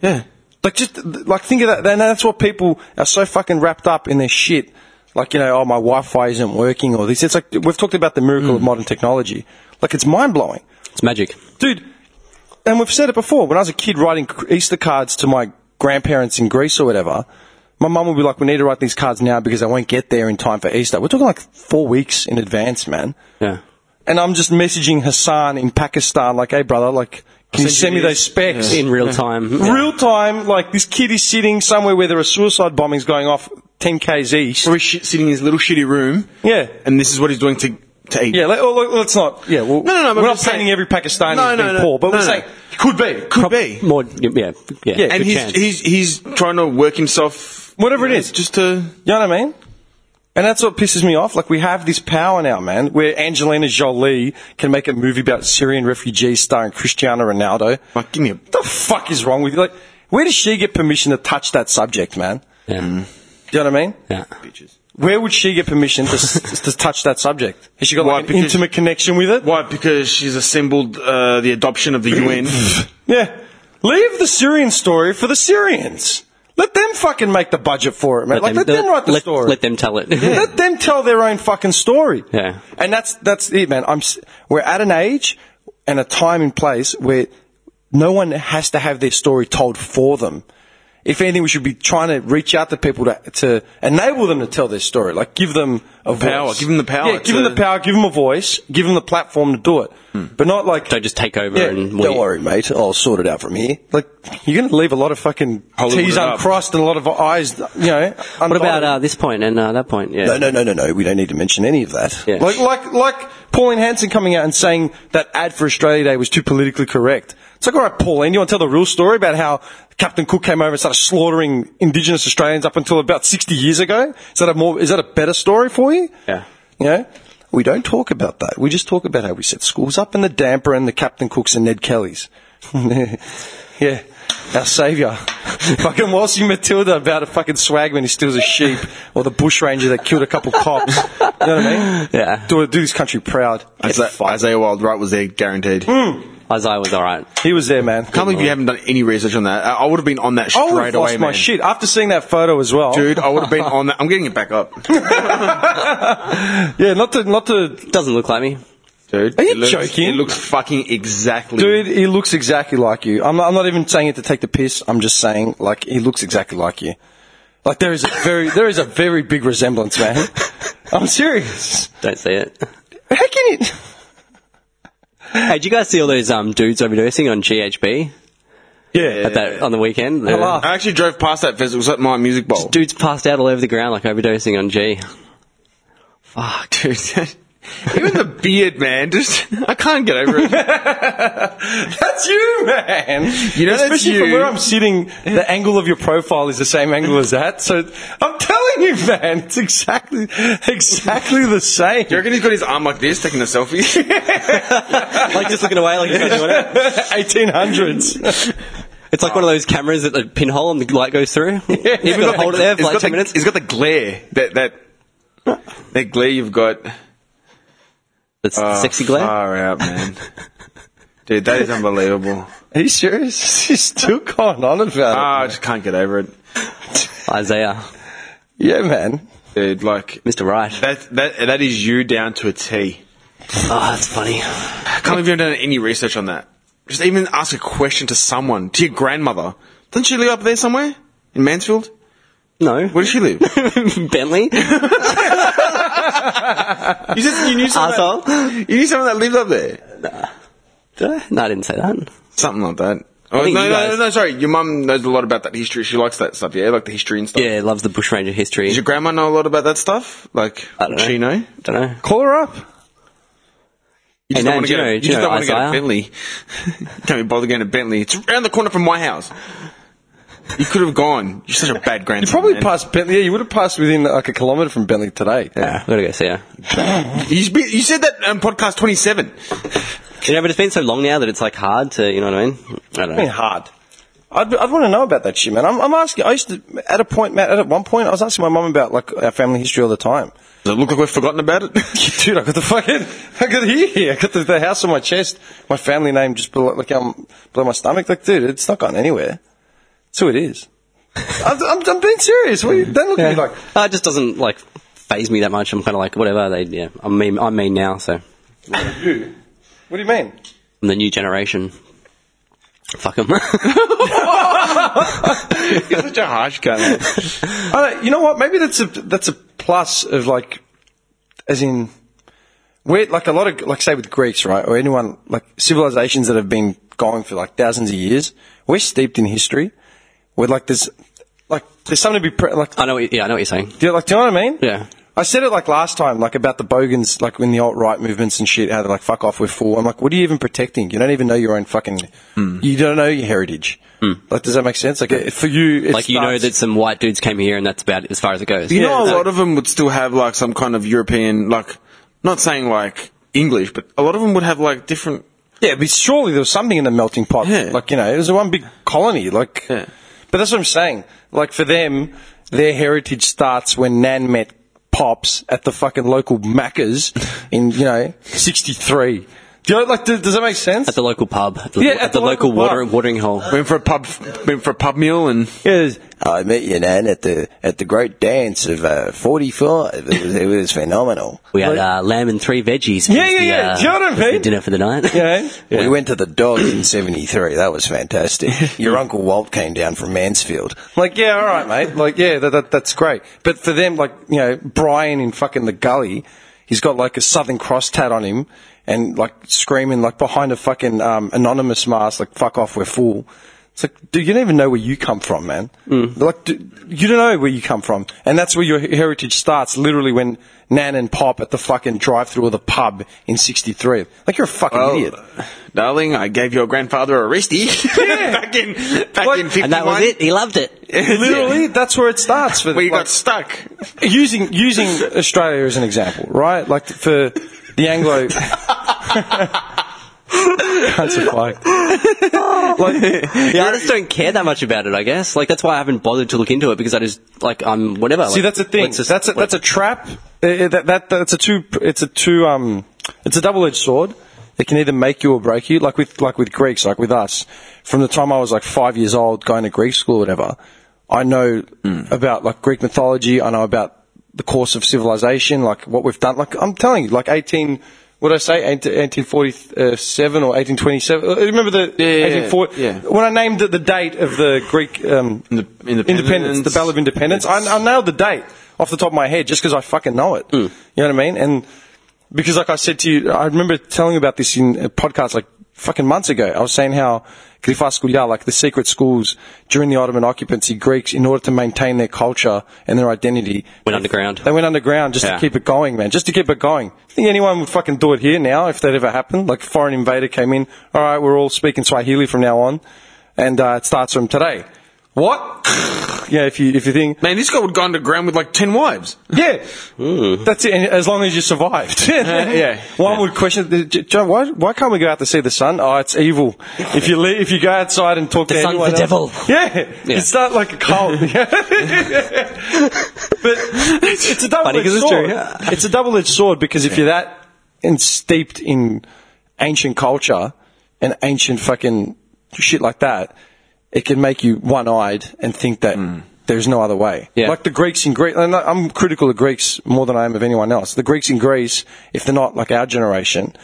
Speaker 2: Yeah. Yeah.
Speaker 3: Like just like think of that. Then that's what people are so fucking wrapped up in their shit. Like you know, oh my Wi-Fi isn't working or this. It's like we've talked about the miracle of modern technology. Like it's mind blowing.
Speaker 1: It's magic.
Speaker 3: dude. And we've said it before. When I was a kid writing Easter cards to my grandparents in Greece or whatever, my mum would be like, "We need to write these cards now because they won't get there in time for Easter." We're talking like four weeks in advance, man.
Speaker 1: Yeah.
Speaker 3: And I'm just messaging Hassan in Pakistan, like, "Hey, brother, like, can
Speaker 2: send you
Speaker 3: you send me
Speaker 2: this."
Speaker 3: those specs
Speaker 1: In real time. Yeah.
Speaker 3: Real time, like this kid is sitting somewhere where there are suicide bombings going off 10 k's east.
Speaker 2: Probably sh- sitting in his little shitty room.
Speaker 3: Yeah.
Speaker 2: And this is what he's doing to, to eat.
Speaker 3: Yeah, let, oh, let- let's not. Yeah, well,
Speaker 2: No, no, no. but
Speaker 3: we're
Speaker 2: I'm
Speaker 3: not
Speaker 2: just saying-
Speaker 3: painting every Pakistani
Speaker 2: No,
Speaker 3: as
Speaker 2: no,
Speaker 3: being
Speaker 2: no,
Speaker 3: poor, but
Speaker 2: no,
Speaker 3: we're
Speaker 2: no.
Speaker 3: saying
Speaker 2: could be, could be.
Speaker 1: More, yeah, yeah. yeah
Speaker 2: and
Speaker 1: good
Speaker 2: he's,
Speaker 1: chance.
Speaker 2: he's he's trying to work himself
Speaker 3: Whatever it
Speaker 2: Yeah,
Speaker 3: is.
Speaker 2: just to
Speaker 3: You know what I mean? And that's what pisses me off. Like, we have this power now, man, where Angelina Jolie can make a movie about Syrian refugees starring Cristiano Ronaldo. What
Speaker 2: like give me a
Speaker 3: the fuck is wrong with you? Like, where does she get permission to touch that subject, man?
Speaker 1: yeah.
Speaker 3: Do you know what I mean?
Speaker 1: yeah.
Speaker 2: bitches.
Speaker 3: Where would she get permission to, s- to touch that subject? Has she got
Speaker 2: Why,
Speaker 3: like, an
Speaker 2: because-
Speaker 3: intimate connection with it?
Speaker 2: Why? Because she's assembled uh, the adoption of the UN.
Speaker 3: Yeah. Leave the Syrian story for the Syrians. Let them fucking make the budget for it, man. like, let, them write the
Speaker 1: let,
Speaker 3: story.
Speaker 1: Let them tell it.
Speaker 3: Let them tell their own fucking story.
Speaker 1: Yeah.
Speaker 3: And that's that's it, man. I'm. s- We're at an age and a time and place where no one has to have their story told for them. If anything, we should be trying to reach out to people to, to enable them to tell their story. Like, give them a
Speaker 2: Power.
Speaker 3: voice.
Speaker 2: Give them the power
Speaker 3: Yeah, give them
Speaker 2: to-
Speaker 3: the power. Give them a voice. Give them the platform to do it. But not like
Speaker 1: Don't just take over
Speaker 3: yeah,
Speaker 1: and
Speaker 3: don't worry, mate. I'll sort it out from here. Like, you're going to leave a lot of fucking
Speaker 2: Hollywood
Speaker 3: T's
Speaker 2: it up.
Speaker 3: uncrossed and a lot of eyes, you know.
Speaker 1: What about uh, this point and uh, that point? Yeah.
Speaker 3: No, no, no, no, no. We don't need to mention any of that.
Speaker 1: Yeah.
Speaker 3: Like, like, like Pauline Hanson coming out and saying that ad for Australia Day was too politically correct. It's like, all right, Pauline, you want to tell the real story about how Captain Cook came over and started slaughtering Indigenous Australians up until about sixty years ago? Is that a more? Is that a better story for you?
Speaker 1: Yeah.
Speaker 3: You know, we don't talk about that. We just talk about how we set schools up and the damper and the Captain Cooks and Ned Kellys. yeah. Our saviour. fucking Walsing Matilda about a fucking swagman who steals a sheep or the bushranger that killed a couple cops. You know what I mean?
Speaker 1: Yeah.
Speaker 3: Do, do this country proud.
Speaker 2: Isaiah, Isaiah Wild Wright was there, guaranteed.
Speaker 3: Mm.
Speaker 1: Isaiah was all right.
Speaker 3: He was there, man.
Speaker 2: Can't believe you haven't done any research on that. I, I would have been on that
Speaker 3: I
Speaker 2: straight
Speaker 3: would have
Speaker 2: away,
Speaker 3: lost my
Speaker 2: man.
Speaker 3: shit after seeing that photo as well.
Speaker 2: Dude, I would have been on that. I'm getting it back up,
Speaker 3: Yeah, not to, not to,
Speaker 1: Doesn't look like me.
Speaker 2: dude.
Speaker 3: Are you
Speaker 2: it looks,
Speaker 3: joking?
Speaker 2: It looks fucking exactly.
Speaker 3: dude, he looks exactly like you. I'm not, I'm not even saying it to take the piss. I'm just saying, like, he looks exactly like you. Like, there is a very, there is a very big resemblance, man. I'm serious.
Speaker 1: Don't see it.
Speaker 3: How can you?
Speaker 1: Hey, did you guys see all those um, dudes overdosing on GHB
Speaker 3: Yeah.
Speaker 1: at that on the weekend? The
Speaker 3: Hello.
Speaker 2: I actually drove past that festival. It was at my music bowl.
Speaker 1: Dudes passed out all over the ground like overdosing on G. Fuck, dude.
Speaker 2: Ah, Even the beard, man. Just I can't get over it.
Speaker 3: That's you, man.
Speaker 2: You know that's
Speaker 3: Especially from
Speaker 2: you.
Speaker 3: where I'm sitting, the angle of your profile is the same angle as that. So I'm telling you, man, it's exactly, exactly the same.
Speaker 2: you reckon he's got his arm like this, taking a selfie?
Speaker 1: like just looking away like he's not doing it.
Speaker 3: 1800s.
Speaker 1: It's like one of those cameras at the pinhole and the light goes through. You've got to hold it there for
Speaker 2: He's
Speaker 1: like
Speaker 2: got
Speaker 1: 10
Speaker 2: the-
Speaker 1: minutes.
Speaker 2: He's got the glare. That that that glare you've got.
Speaker 1: It's
Speaker 2: Oh,
Speaker 1: sexy glare.
Speaker 2: Far out, man. Dude, that is unbelievable.
Speaker 3: Are you serious? Uh, He's still going on about it.
Speaker 2: Ah, I just can't get over it,
Speaker 1: Isaiah.
Speaker 3: Yeah, man.
Speaker 2: dude. Like
Speaker 1: Mr. Right.
Speaker 2: that that that is you down to a T.
Speaker 1: Oh, that's funny.
Speaker 2: I can't believe you haven't done any research on that. Just even ask a question to someone, to your grandmother. Doesn't she live up there somewhere in Mansfield?
Speaker 1: No.
Speaker 2: Where does she live?
Speaker 1: Bentley?
Speaker 2: You just you knew someone.
Speaker 1: Asshole.
Speaker 2: That, you knew someone that lived up there.
Speaker 1: Did I? No, I didn't say that.
Speaker 2: Something like that. Oh, no,
Speaker 1: think
Speaker 2: no,
Speaker 1: you
Speaker 2: no,
Speaker 1: guys-
Speaker 2: no, sorry. Your mum knows a lot about that history. She likes that stuff, yeah? Like the history and stuff.
Speaker 1: Yeah, loves the bushranger history.
Speaker 2: Does your grandma know a lot about that stuff? Like,
Speaker 1: I don't know.
Speaker 2: she know?
Speaker 1: don't know.
Speaker 3: Call her up.
Speaker 1: Hey,
Speaker 2: You
Speaker 1: Nan,
Speaker 2: just don't want
Speaker 1: do
Speaker 2: to
Speaker 1: you
Speaker 2: go.
Speaker 1: know-
Speaker 2: You
Speaker 1: do you
Speaker 2: just
Speaker 1: know
Speaker 2: don't want to go to
Speaker 1: Isaiah?
Speaker 2: Bentley. Can't be bothered going to Bentley. It's around the corner from my house. You could have gone. You're such a bad grandson.
Speaker 3: Probably
Speaker 2: man.
Speaker 3: passed Bentley. Yeah, you would have passed within like a kilometre from Bentley today.
Speaker 1: Yeah, gotta go see her.
Speaker 2: You, spe- you said that on podcast 27.
Speaker 1: You know, but it's been so long now that it's like hard to, you know what I mean? I don't
Speaker 3: I mean,
Speaker 1: know.
Speaker 3: hard. I'd, I'd want to know about that shit, man. I'm, I'm asking. I used to, at a point, Matt, at one point, I was asking my mum about like our family history all the time.
Speaker 2: Does it look like we've forgotten about it?
Speaker 3: Dude, I got the fucking, I got it here. I got the, the house on my chest. My family name just below, like um, below my stomach. Like, dude, it's not gone anywhere. That's who it is. I'm, I'm, I'm being serious. What are you, don't look at me like.
Speaker 1: Uh, it just doesn't like phase me that much. I'm kind of like whatever they. Yeah, I'm mean. I'm mean now. So I'm
Speaker 3: You. What do you mean?
Speaker 1: the new generation. Fuck them.
Speaker 2: You're such a harsh guy.
Speaker 3: I don't, Uh, you know what? Maybe that's a that's a plus of like, as in, we're like a lot of like say with Greeks, right, or anyone like civilizations that have been going for like thousands of years. We're steeped in history. We're like there's like there's something to be pre- like.
Speaker 1: I know. What, yeah, I know what you're saying.
Speaker 3: Do you, like, do you know what I mean?
Speaker 1: Yeah.
Speaker 3: I said it like last time, like about the bogans, like when the alt right movements and shit, how they're like, fuck off, we're full. I'm like, what are you even protecting? You don't even know your own fucking,
Speaker 1: Hmm.
Speaker 3: you don't know your heritage. Like, does that make sense? Like, it- for you, it
Speaker 1: Like you know
Speaker 3: starts-
Speaker 1: that some white dudes came here, and that's about it as far as it goes.
Speaker 2: You know, a
Speaker 3: Yeah,
Speaker 2: lot of them would still have like some kind of European, like, not saying like English, but a lot of them would have like different.
Speaker 3: Yeah, but surely there was something in the melting pot.
Speaker 2: Yeah.
Speaker 3: Like, you know, it was one big colony. Like,
Speaker 2: Yeah.
Speaker 3: but that's what I'm saying. Like, for them, their heritage starts when Nan met Pops at the fucking local Macca's in, you know, 63. Do you know, like, does, does that make sense?
Speaker 1: At the local pub. At the,
Speaker 3: Yeah,
Speaker 1: at the, local, water,
Speaker 3: pub.
Speaker 1: watering hole.
Speaker 2: Went for a pub, went for a pub meal and
Speaker 3: Yes.
Speaker 4: I met you, Nan, at the at the great dance of uh, 45. It was, it was phenomenal.
Speaker 1: We had uh, lamb and three veggies.
Speaker 3: Yeah,
Speaker 1: as
Speaker 3: yeah,
Speaker 1: the,
Speaker 3: yeah.
Speaker 1: uh,
Speaker 3: Do you know what I
Speaker 1: as the
Speaker 3: mean?
Speaker 1: Dinner for the night.
Speaker 3: You know?
Speaker 4: We went to the dogs in 73. That was fantastic. Your Uncle Walt came down from Mansfield.
Speaker 3: Like, yeah, all right, mate. Like, yeah, that, that, that's great. But for them, like, you know, Brian in fucking the gully, he's got like a Southern Cross tat on him and like screaming like behind a fucking um, anonymous mask, like, fuck off, we're full. It's like, dude, you don't even know where you come from, man. Like, do, you don't know where you come from. And that's where your heritage starts, literally when Nan and Pop at the fucking drive through of the pub in 63. Like, you're a fucking
Speaker 2: Oh.
Speaker 3: idiot.
Speaker 2: darling, I gave your grandfather a wristy back in back
Speaker 3: Like-
Speaker 2: in fifty one.
Speaker 1: And that was it. He loved it.
Speaker 3: Literally, that's where it starts for
Speaker 2: Where you
Speaker 3: like-
Speaker 2: got stuck.
Speaker 3: using using Australia as an example, right? Like for the Anglo. That's a fuck. Like,
Speaker 1: Yeah, I just don't care that much about it. I guess. Like that's why I haven't bothered to look into it because I just like I'm whatever.
Speaker 3: see,
Speaker 1: like,
Speaker 3: that's a thing.
Speaker 1: let's just-
Speaker 3: that's a, that's a trap. Uh, uh, that, that that's a two. It's a two. Um, it's a double edged sword. It can either make you or break you. Like with like with Greeks, like with us. From the time I was like five years old, going to Greek school, or whatever, I know about like Greek mythology. I know about the course of civilization, like what we've done. Like I'm telling you, like 18, what did I say, 1847 or 1827? Uh, Remember the
Speaker 2: yeah, yeah.
Speaker 3: 1840?
Speaker 2: Yeah.
Speaker 3: When I named the, the date of the Greek um,
Speaker 2: Independence.
Speaker 3: the Battle of Independence, I, I nailed the date off the top of my head just because I fucking know it.
Speaker 1: Mm.
Speaker 3: You know what I mean? And because, like I said to you, I remember telling you about this in a podcast like fucking months ago. I was saying how Grifaskulia, like the secret schools during the Ottoman occupancy, Greeks, in order to maintain their culture and their identity,
Speaker 1: went underground.
Speaker 3: they went underground just
Speaker 1: Yeah.
Speaker 3: to keep it going, man. Just to keep it going. Think anyone would fucking do it here now if that ever happened? Like a foreign invader came in. All right, we're all speaking Swahili from now on, and uh, it starts from today. What? yeah, if you if you think,
Speaker 2: Man, this guy would go underground with like ten wives.
Speaker 3: yeah, that's it. And as long as you survived,
Speaker 2: yeah.
Speaker 3: One would question, the- J- John, why why can't we go out to see the sun? Oh, it's evil. If you leave, if you go outside and talk to
Speaker 1: sun's
Speaker 3: anyone,
Speaker 1: the
Speaker 3: else-
Speaker 1: devil.
Speaker 3: Yeah,
Speaker 1: Yeah.
Speaker 3: it's not like a cult. But it's a double
Speaker 1: Funny
Speaker 3: edged
Speaker 1: 'cause it's
Speaker 3: sword.
Speaker 1: true, yeah.
Speaker 3: It's a double edged sword because if you're that and steeped in ancient culture and ancient fucking shit like that, it can make you one eyed and think that there's no other way.
Speaker 1: Hmm. Yeah.
Speaker 3: Like the Greeks in Greece, and I- I'm critical of Greeks more than I am of anyone else. The Greeks in Greece, if they're not like our generation,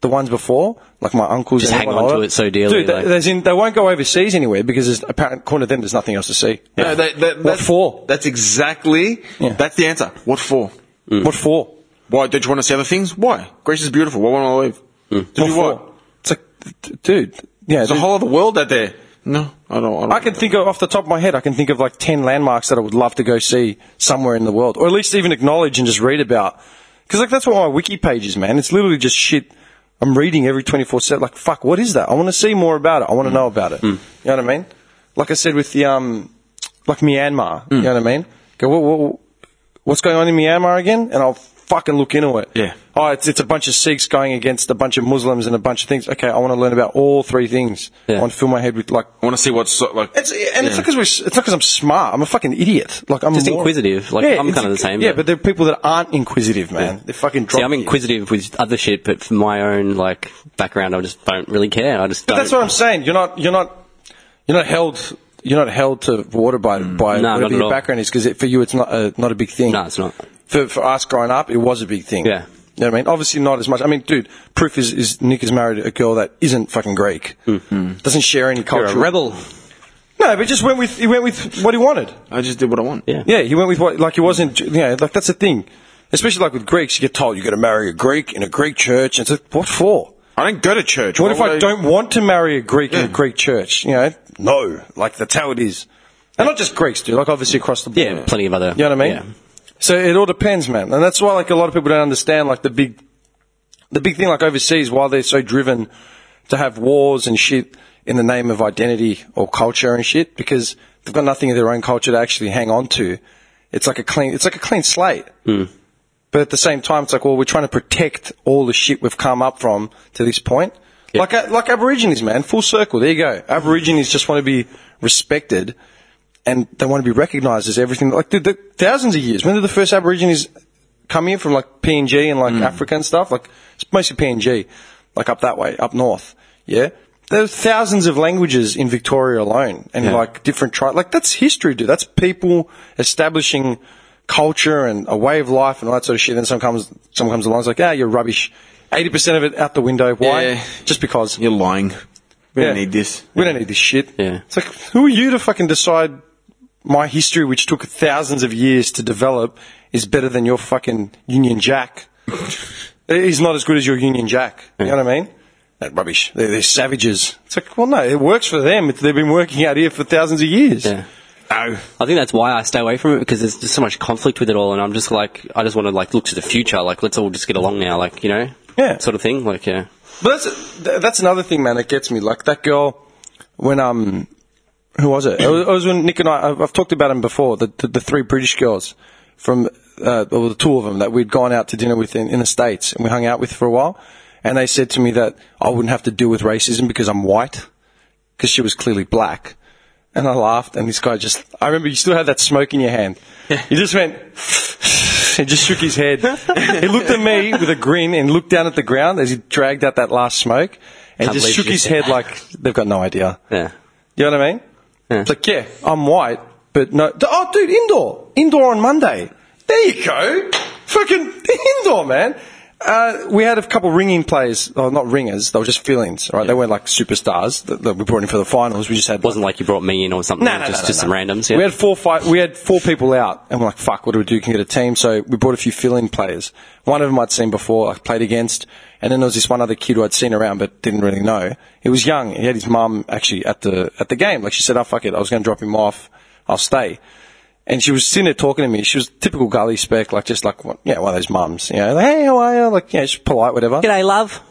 Speaker 3: the ones before, like my uncles,
Speaker 1: Just
Speaker 3: and
Speaker 1: hang
Speaker 3: everyone
Speaker 1: on to
Speaker 3: older-
Speaker 1: it so dearly,
Speaker 3: Dude, they-
Speaker 1: like-
Speaker 3: as in, they won't go overseas anywhere because, there's, apparent, according to them, there's nothing else to see.
Speaker 2: No, that, that,
Speaker 3: what
Speaker 2: that's,
Speaker 3: for?
Speaker 2: That's exactly.
Speaker 3: Yeah.
Speaker 2: That's the answer. What for?
Speaker 1: Hmm.
Speaker 3: What for?
Speaker 2: Why? Don't you want to see other things? Why? Greece is beautiful. Why won't I leave? To
Speaker 3: What
Speaker 2: do
Speaker 3: for?
Speaker 2: what?
Speaker 3: It's like, d- dude, yeah.
Speaker 2: There's a
Speaker 3: dude,
Speaker 2: whole other world out there. No, I don't. I, don't
Speaker 3: I can think of, off the top of my head, I can think of like 10 landmarks that I would love to go see somewhere in the world, or at least even acknowledge and just read about. Because like that's what my wiki page is, man. It's literally just shit I'm reading every 24 7. Like, fuck, what is that? I want to see more about it. I want to know about it. You know what I mean? Like I said with the, um, like Myanmar, you know what I mean? Go, what, what, what's going on in Myanmar again? And I'll fucking look into it.
Speaker 2: Yeah.
Speaker 3: Oh, it's, it's a bunch of Sikhs going against a bunch of Muslims and a bunch of things. Okay, I want to learn about all three things.
Speaker 1: Yeah.
Speaker 3: I want to fill my head with like
Speaker 2: I want to see what's so- like.
Speaker 3: it's and it's not because we're s- it's not because I'm smart. I'm a fucking idiot. Like I'm
Speaker 1: Just
Speaker 3: a moron.
Speaker 1: inquisitive. Like, I'm
Speaker 3: it's
Speaker 1: kinda the
Speaker 3: inqu-
Speaker 1: same,
Speaker 3: Yeah,
Speaker 1: but-
Speaker 3: but there are people that aren't inquisitive, man. They fucking drop.
Speaker 1: See, I'm
Speaker 3: you.
Speaker 1: inquisitive with other shit, but for my own like background, I just don't really care. I just
Speaker 3: But
Speaker 1: don't.
Speaker 3: that's what I'm saying. You're not. You're not. You're not held. You're not held to water by by
Speaker 1: Mm. No, not at
Speaker 3: whatever
Speaker 1: all.
Speaker 3: your background is because for you it's not a, not a big thing.
Speaker 1: No, it's not.
Speaker 3: For for us growing up, it was a big thing.
Speaker 1: Yeah.
Speaker 3: You know what I mean? Obviously not as much. I mean, dude, proof is, is Nick is married a girl that isn't fucking Greek, doesn't share any
Speaker 1: Mm. You're
Speaker 3: culture.
Speaker 1: a rebel.
Speaker 3: No, but just went with he went with what he wanted.
Speaker 2: I just did what I want.
Speaker 1: Yeah.
Speaker 3: Yeah, he went with what, like he wasn't, you know, like that's the thing. Especially like with Greeks, you get told you got to marry a Greek in a Greek church. And it's like, what for?
Speaker 2: I don't go to church.
Speaker 3: What
Speaker 2: Why
Speaker 3: if I
Speaker 2: would
Speaker 3: don't want to marry a Greek in a Greek church? You know, no, like that's how it is. And not just Greeks, dude, like obviously across the board.
Speaker 1: Yeah, plenty of other-
Speaker 3: You know what I mean?
Speaker 1: yeah.
Speaker 3: So it all depends, man. And that's why like a lot of people don't understand like the big, the big thing like overseas, why they're so driven to have wars and shit in the name of identity or culture and shit, because they've got nothing of their own culture to actually hang on to. It's like a clean, it's like a clean slate. But at the same time, it's like, well, we're trying to protect all the shit we've come up from to this point. Like, uh, like Aborigines, man, full circle. There you go. Aborigines just want to be respected and they want to be recognized as everything. Like, dude, the, thousands of years. When did the first Aborigines come here from like PNG and like Africa and stuff? Like, it's mostly PNG, like up that way, up north. Yeah. There's thousands of languages in Victoria alone and like different tribes. Like, that's history, dude. That's people establishing culture and a way of life and all that sort of shit. And some comes, some comes along, it's like, ah, you're rubbish. 80% of it out the window. Why?
Speaker 2: Yeah.
Speaker 3: Just because.
Speaker 2: You're lying. We don't need this.
Speaker 3: We don't need this shit.
Speaker 1: Yeah.
Speaker 3: It's like, who are you to fucking decide my history, which took thousands of years to develop, is better than your fucking Union Jack? He's not as good as your Union Jack. You know what I mean? That rubbish. They're, they're savages. It's like, well, no, it works for them. It's, they've been working out here for thousands of years. Oh.
Speaker 1: Yeah.
Speaker 2: No.
Speaker 1: I think that's why I stay away from it because there's just so much conflict with it all, and I'm just like, I just want to like look to the future. Like, let's all just get along now. Like, you know,
Speaker 3: Yeah.
Speaker 1: sort of thing. Like, yeah,
Speaker 3: But that's th- that's another thing, man. That gets me. Like that girl, when um, who was it? It was, it was when Nick and I. I've, I've talked about them before. The, the the three British girls from uh, well, the two of them that we'd gone out to dinner with in, in the states and we hung out with for a while, and they said to me that I wouldn't have to deal with racism because I'm white, because she was clearly black. And I laughed, and this guy just, I remember you still had that smoke in your hand. You just went, and just shook his head. he looked at me with a grin and looked down at the ground as he dragged out that last smoke and
Speaker 1: Can't
Speaker 3: just
Speaker 1: believe
Speaker 3: shook
Speaker 1: you
Speaker 3: his
Speaker 1: said
Speaker 3: head
Speaker 1: that.
Speaker 3: like, they've got no idea.
Speaker 1: yeah,
Speaker 3: You know what I mean?
Speaker 1: Yeah.
Speaker 3: It's like, yeah, I'm white, but no. Oh, dude, indoor. Indoor on Monday. There you go. Fucking indoor, man. Uh, we had a couple ringing plays, oh, not ringers, they were just feelings, right? They weren't like superstars that, that we brought in for the finals. We just had
Speaker 1: wasn't like you brought me in or something.
Speaker 3: no, no,
Speaker 1: just
Speaker 3: no,
Speaker 1: just some
Speaker 3: no, no.
Speaker 1: randoms. Yeah.
Speaker 3: We had four fight. We had four people out, and we're like, "Fuck, what do we do? Can we get a team?" So we brought a few fill-in players. One of them I'd seen before, I played against, and then there was this one other kid who I'd seen around but didn't really know. He was young. He had his mum actually at the at the game. Like she said, "Oh fuck it, I was going to drop him off. I'll stay." And she was sitting there talking to me. She was typical gully spec, like just like one- yeah, one of those mums. You know, like, "Hey, how are you?" Like yeah, she's polite, whatever.
Speaker 1: G'day, love.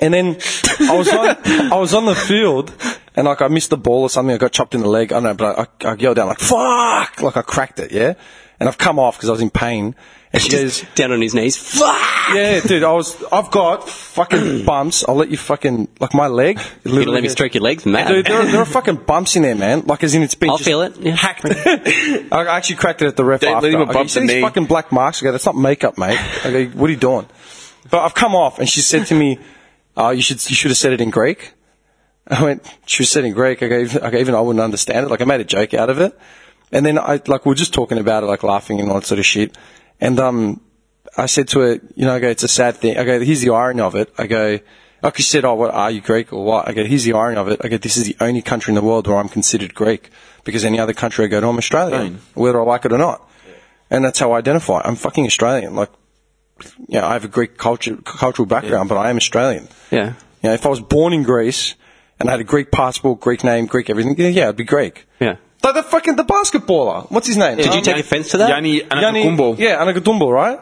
Speaker 3: And then I was on, I was on the field, and like I missed the ball or something. I got chopped in the leg. I don't know, but I, I, I yelled down like "fuck!" Like I cracked it, yeah. And I've come off because I was in pain. And she goes,
Speaker 1: Down on his knees. Fuck.
Speaker 3: "Yeah, dude, I was. I've got fucking bumps. I'll let you fucking like my leg.
Speaker 1: You gonna let me stroke your legs, man.
Speaker 3: Dude, there are, there are fucking bumps in there, man. Like as in it's been.
Speaker 1: I'll
Speaker 3: just
Speaker 1: feel it. Yeah.
Speaker 3: Hacked. I actually cracked it at the ref.
Speaker 2: Don't let
Speaker 3: after.
Speaker 2: him
Speaker 3: I go,
Speaker 2: bump
Speaker 3: "You see
Speaker 2: the
Speaker 3: these
Speaker 2: knee."
Speaker 3: fucking black marks. I go, that's not makeup, mate. I go, what are you doing? But I've come off, and she said to me, oh, you should you should have said it in Greek. I went, she was said in Greek. I go, even, I go, even I wouldn't understand it. Like I made a joke out of it, and then I like we we're just talking about it, like laughing and all that sort of shit. And um, I said to her, you know, I go, it's a sad thing. I go, here's the irony of it. I go, like she said, oh, what are you Greek or what? I go, here's the irony of it. I go, this is the only country in the world where I'm considered Greek because any other country I go to, I'm Australian, whether I like it or not. and that's how I identify. I'm fucking Australian. Like, you know, I have a Greek culture, cultural background, but I am Australian.
Speaker 1: Yeah.
Speaker 3: You know, if I was born in Greece and I had a Greek passport, Greek name, Greek everything, yeah, yeah I'd be Greek.
Speaker 1: Yeah.
Speaker 3: Like the fucking the basketballer. What's his name?
Speaker 1: Did you
Speaker 3: Um,
Speaker 1: take offense to that?
Speaker 2: Yanni
Speaker 3: Yanni-
Speaker 2: Anakumbo. Yeah.
Speaker 3: Yeah, Anagatumbo, right?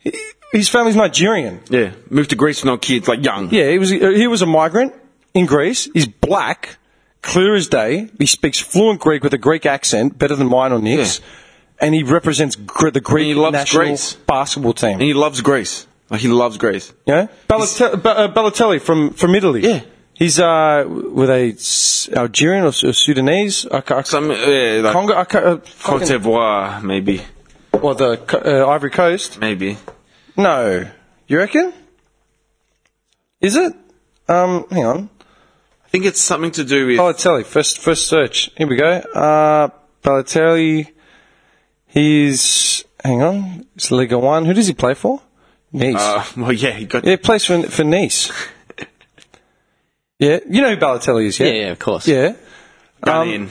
Speaker 3: He- His family's Nigerian.
Speaker 2: yeah. Moved to Greece when I was kids, like young.
Speaker 3: Yeah, he was he was a migrant in Greece. He's black, clear as day. He speaks fluent Greek with a Greek accent, better than mine or
Speaker 1: Hmm.
Speaker 3: Nick's. And he represents Gr- the Greek
Speaker 2: he loves
Speaker 3: national
Speaker 2: Greece.
Speaker 3: basketball team.
Speaker 2: And he loves Greece. Like, he loves Greece.
Speaker 3: yeah, Balotelli, ba- uh, Balotelli from from Italy.
Speaker 2: Yeah.
Speaker 3: he's uh, were they S- Algerian or, S- or Sudanese? I, ca- I,
Speaker 2: Some, yeah, like
Speaker 3: Congo, I, ca- uh,
Speaker 2: Cote
Speaker 3: fucking-
Speaker 2: d'Ivoire, maybe.
Speaker 3: or the Co- uh, Ivory Coast?
Speaker 2: Maybe.
Speaker 3: No, you reckon? Is it? Um, hang on.
Speaker 2: I think it's something to do with.
Speaker 3: Balotelli, first first search. Here we go. Uh, Balotelli, he's hang on. It's Liga One. Who does he play for? Nice.
Speaker 2: Uh, well, yeah, he got.
Speaker 3: yeah, he plays for for Nice. yeah, you know who Balotelli is, yeah?
Speaker 1: Yeah, yeah, of course.
Speaker 3: yeah.
Speaker 2: done
Speaker 3: um,
Speaker 2: in.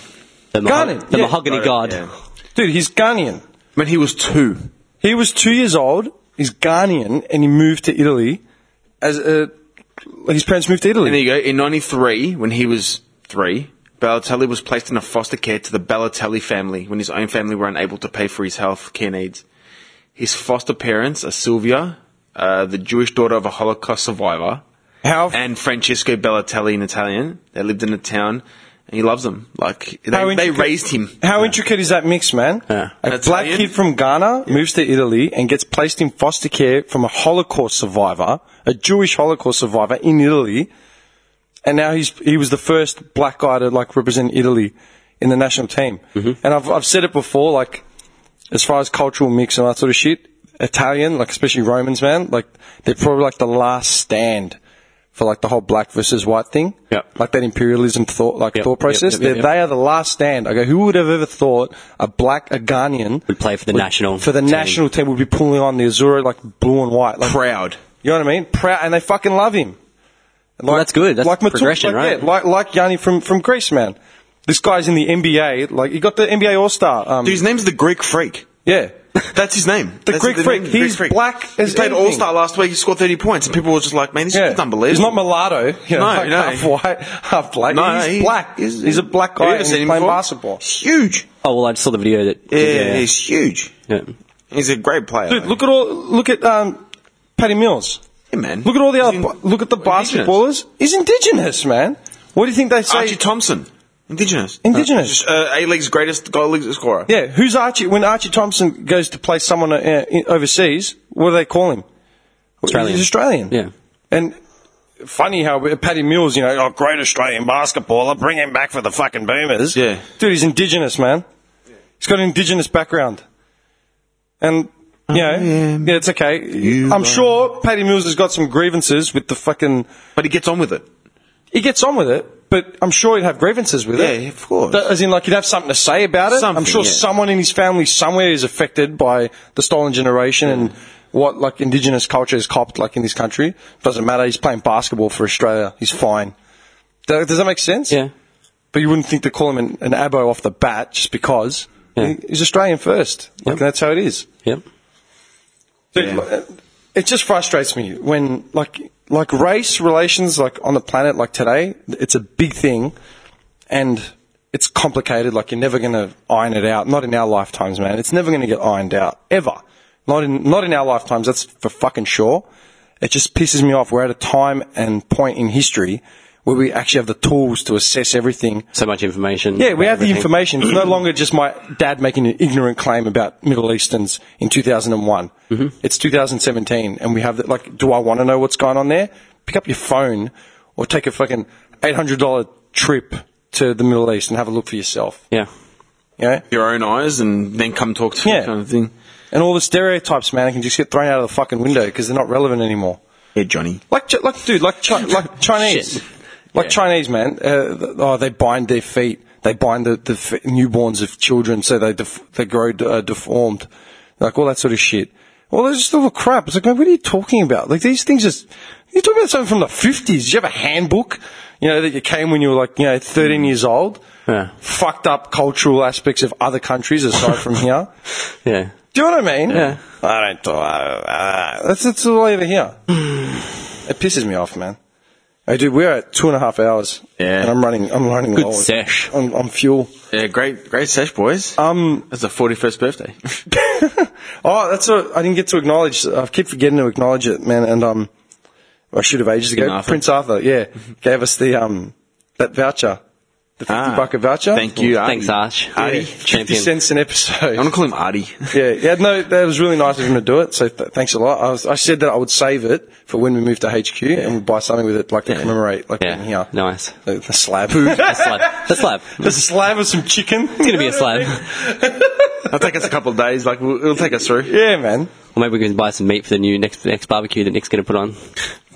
Speaker 1: The, maho-
Speaker 3: Ghanaian,
Speaker 1: the
Speaker 3: yeah.
Speaker 1: mahogany god.
Speaker 2: Yeah.
Speaker 3: Dude, he's Ghanaian.
Speaker 2: When he was two.
Speaker 3: He was two years old. He's Ghanaian, and he moved to Italy. As a, his parents moved to Italy.
Speaker 2: And there you go. In 93, when he was three, Balotelli was placed in a foster care to the Balotelli family when his own family were unable to pay for his health care needs. His foster parents are Sylvia, uh, the Jewish daughter of a Holocaust survivor,
Speaker 3: how
Speaker 2: and Francesco Balotelli, an Italian. They lived in a town, and he loves them. Like,
Speaker 3: How
Speaker 2: they, they
Speaker 3: intricate-
Speaker 2: raised him.
Speaker 3: How intricate is that mix, man?
Speaker 1: Yeah.
Speaker 3: A
Speaker 2: That's
Speaker 3: black
Speaker 2: Italian.
Speaker 3: kid from Ghana moves to Italy and gets placed in foster care from a Holocaust survivor, a Jewish Holocaust survivor in Italy, and now he's he was the first black guy to like represent Italy in the national team.
Speaker 1: Mm-hmm.
Speaker 3: And I've I've said it before, like as far as cultural mix and that sort of shit, Italian, like especially Romans, man, like they're probably like the last stand for like the whole black versus white thing.
Speaker 1: Yep.
Speaker 3: Like that imperialism thought, like
Speaker 1: Yep,
Speaker 3: thought
Speaker 1: yep,
Speaker 3: process.
Speaker 1: yep, yep,
Speaker 3: They-
Speaker 1: yep.
Speaker 3: They are the last stand. I go, who would have ever thought a black, a Ghanaian
Speaker 1: Would play for the national
Speaker 3: for the
Speaker 1: team.
Speaker 3: national team would be pulling on the Azura like blue and white, like
Speaker 2: Proud.
Speaker 3: you know what I mean? Proud, and they fucking love him. Like,
Speaker 1: that's good. That's
Speaker 3: Matu-
Speaker 1: progression,
Speaker 3: like,
Speaker 1: right?
Speaker 3: yeah, like like Yanni from from Greece, man. This guy's in the NBA. Like he got the NBA All Star. Um,
Speaker 2: Dude, his name's the Greek Freak.
Speaker 3: yeah.
Speaker 2: That's his name.
Speaker 3: The
Speaker 2: That's
Speaker 3: Greek
Speaker 2: the
Speaker 3: Freak.
Speaker 2: name, the
Speaker 3: He's black as
Speaker 2: he played
Speaker 3: anything.
Speaker 2: All Star last week. He scored thirty points, and people were just like, "Man, this
Speaker 3: Yeah.
Speaker 2: is unbelievable."
Speaker 3: He's not mulatto. You know,
Speaker 2: No,
Speaker 3: like
Speaker 2: no.
Speaker 3: half white, half black.
Speaker 2: No,
Speaker 3: he's,
Speaker 2: Uh, he's-
Speaker 3: black. He's, a black guy
Speaker 2: Have you ever
Speaker 3: and he's
Speaker 2: seen him
Speaker 3: playing
Speaker 2: before?
Speaker 3: basketball.
Speaker 2: Huge.
Speaker 1: Oh well, I just saw the video that.
Speaker 2: Yeah, he's huge.
Speaker 1: yeah.
Speaker 2: He's a great player.
Speaker 3: Dude, look at all. Look at um, Patty Mills.
Speaker 2: yeah, man.
Speaker 3: Look at all the
Speaker 2: He's
Speaker 3: other.
Speaker 2: in-
Speaker 3: look at the
Speaker 2: indigenous.
Speaker 3: basketballers. He's indigenous, man. What do you think they say?
Speaker 2: Archie Thompson, indigenous.
Speaker 3: Indigenous.
Speaker 2: Uh, A League's greatest goal league scorer.
Speaker 3: yeah, who's Archie? When Archie Thompson goes to play someone uh, in, overseas, what do they call him?
Speaker 1: Australian.
Speaker 3: He's Australian.
Speaker 1: Yeah.
Speaker 3: And funny how we- Patty Mills, you know, oh, great Australian basketballer, bring him back for the fucking Boomers.
Speaker 2: Yeah.
Speaker 3: Dude, he's indigenous, man. He's got an indigenous background. And, you know, yeah, it's okay. I'm sure Patty Mills has got some grievances with the fucking.
Speaker 2: But he gets on with it.
Speaker 3: He gets on with it, but I'm sure he'd have grievances with it.
Speaker 2: Yeah, of course.
Speaker 3: That- as in, like, he'd have something to say about it. I'm
Speaker 2: Something,
Speaker 3: sure
Speaker 2: yeah.
Speaker 3: someone in his family somewhere is affected by the stolen generation and what, like, indigenous culture has copped, like, in this country. Doesn't matter. He's playing basketball for Australia. He's fine. Th- Does that make sense?
Speaker 1: Yeah.
Speaker 3: But you wouldn't think to call him an, an abo off the bat just because.
Speaker 1: Yeah.
Speaker 3: He- He's Australian first. Like,
Speaker 1: Yep.
Speaker 3: that's how it is.
Speaker 1: Yep.
Speaker 3: Dude,
Speaker 2: Yeah.
Speaker 3: uh, it just frustrates me when like like race relations like on the planet like today, it's a big thing, and it's complicated. Like you're never gonna iron it out. Not in our lifetimes, man. It's never gonna get ironed out ever. Not in not in our lifetimes. That's for fucking sure. It just pisses me off. We're at a time and point in history where we actually have the tools to assess everything
Speaker 1: So much information.
Speaker 3: yeah,
Speaker 1: about
Speaker 3: we have the
Speaker 1: everything.
Speaker 3: information. It's no longer just my dad making an ignorant claim about Middle Easterns in 2001. Mm-hmm. It's 2017, and we have that. Like, do I want to know what's going on there? Pick up your phone or take a fucking $800 trip to the Middle East and have a look for yourself.
Speaker 1: Yeah.
Speaker 3: You know?
Speaker 2: Your own eyes, and then come talk to
Speaker 3: Yeah.
Speaker 2: me, kind of thing.
Speaker 3: And all the stereotypes, man, can just get thrown out of the fucking window because they're not relevant anymore.
Speaker 2: Yeah, Johnny.
Speaker 3: Like, Ch- like dude, like, chi- like Chinese,
Speaker 1: Shit.
Speaker 3: like Chinese man. Uh, th- oh, they bind their feet. They bind the, the f- newborns of children so they def- they grow d- uh, deformed, like all that sort of shit. Well, there's just little crap. It's like, man, what are you talking about? Like these things just you're talking about something from the fifties. You have a handbook, you know, that you came when you were like, you know, thirteen years old.
Speaker 1: Mm. Yeah.
Speaker 3: Fucked up cultural aspects of other countries aside from here.
Speaker 1: Yeah.
Speaker 3: Do you know what I mean?
Speaker 1: Yeah.
Speaker 3: I don't. do- I- I- that's that's all I ever hear. it pisses me off, man. Hey, dude, we're at two and a half hours.
Speaker 2: Yeah.
Speaker 3: And I'm running. I'm running
Speaker 1: Good
Speaker 3: low.
Speaker 1: sesh.
Speaker 3: on, on fuel.
Speaker 2: Yeah, great, great sesh, boys.
Speaker 3: Um.
Speaker 2: That's the forty-first birthday.
Speaker 3: Oh, that's what I didn't get to acknowledge. I keep forgetting to acknowledge it, man. And um, I should have ages ago.
Speaker 2: King Arthur.
Speaker 3: Prince Arthur, yeah, gave us the um that voucher, the fifty
Speaker 2: Ah.
Speaker 3: bucket voucher.
Speaker 2: Thank you, Artie.
Speaker 1: Thanks, Arch.
Speaker 2: Artie.
Speaker 1: Yeah.
Speaker 3: Fifty
Speaker 1: Champion.
Speaker 3: cents an episode.
Speaker 2: I'm gonna call him Artie.
Speaker 3: Yeah, yeah, no, that was really nice of him to do it. So th- thanks a lot. I, was, I said that I would save it for when we move to HQ and we'll buy something with it, like to commemorate, like in
Speaker 1: Yeah.
Speaker 3: here.
Speaker 1: Nice.
Speaker 3: The, the slab.
Speaker 1: The slab. The slab.
Speaker 3: the slab of some chicken. It's
Speaker 1: It's going to be a slab.
Speaker 2: It'll take us a couple of days. Like we'll, it'll take us through.
Speaker 3: Yeah, man.
Speaker 1: Or maybe we can buy some meat for the new next next barbecue that Nick's going to put on.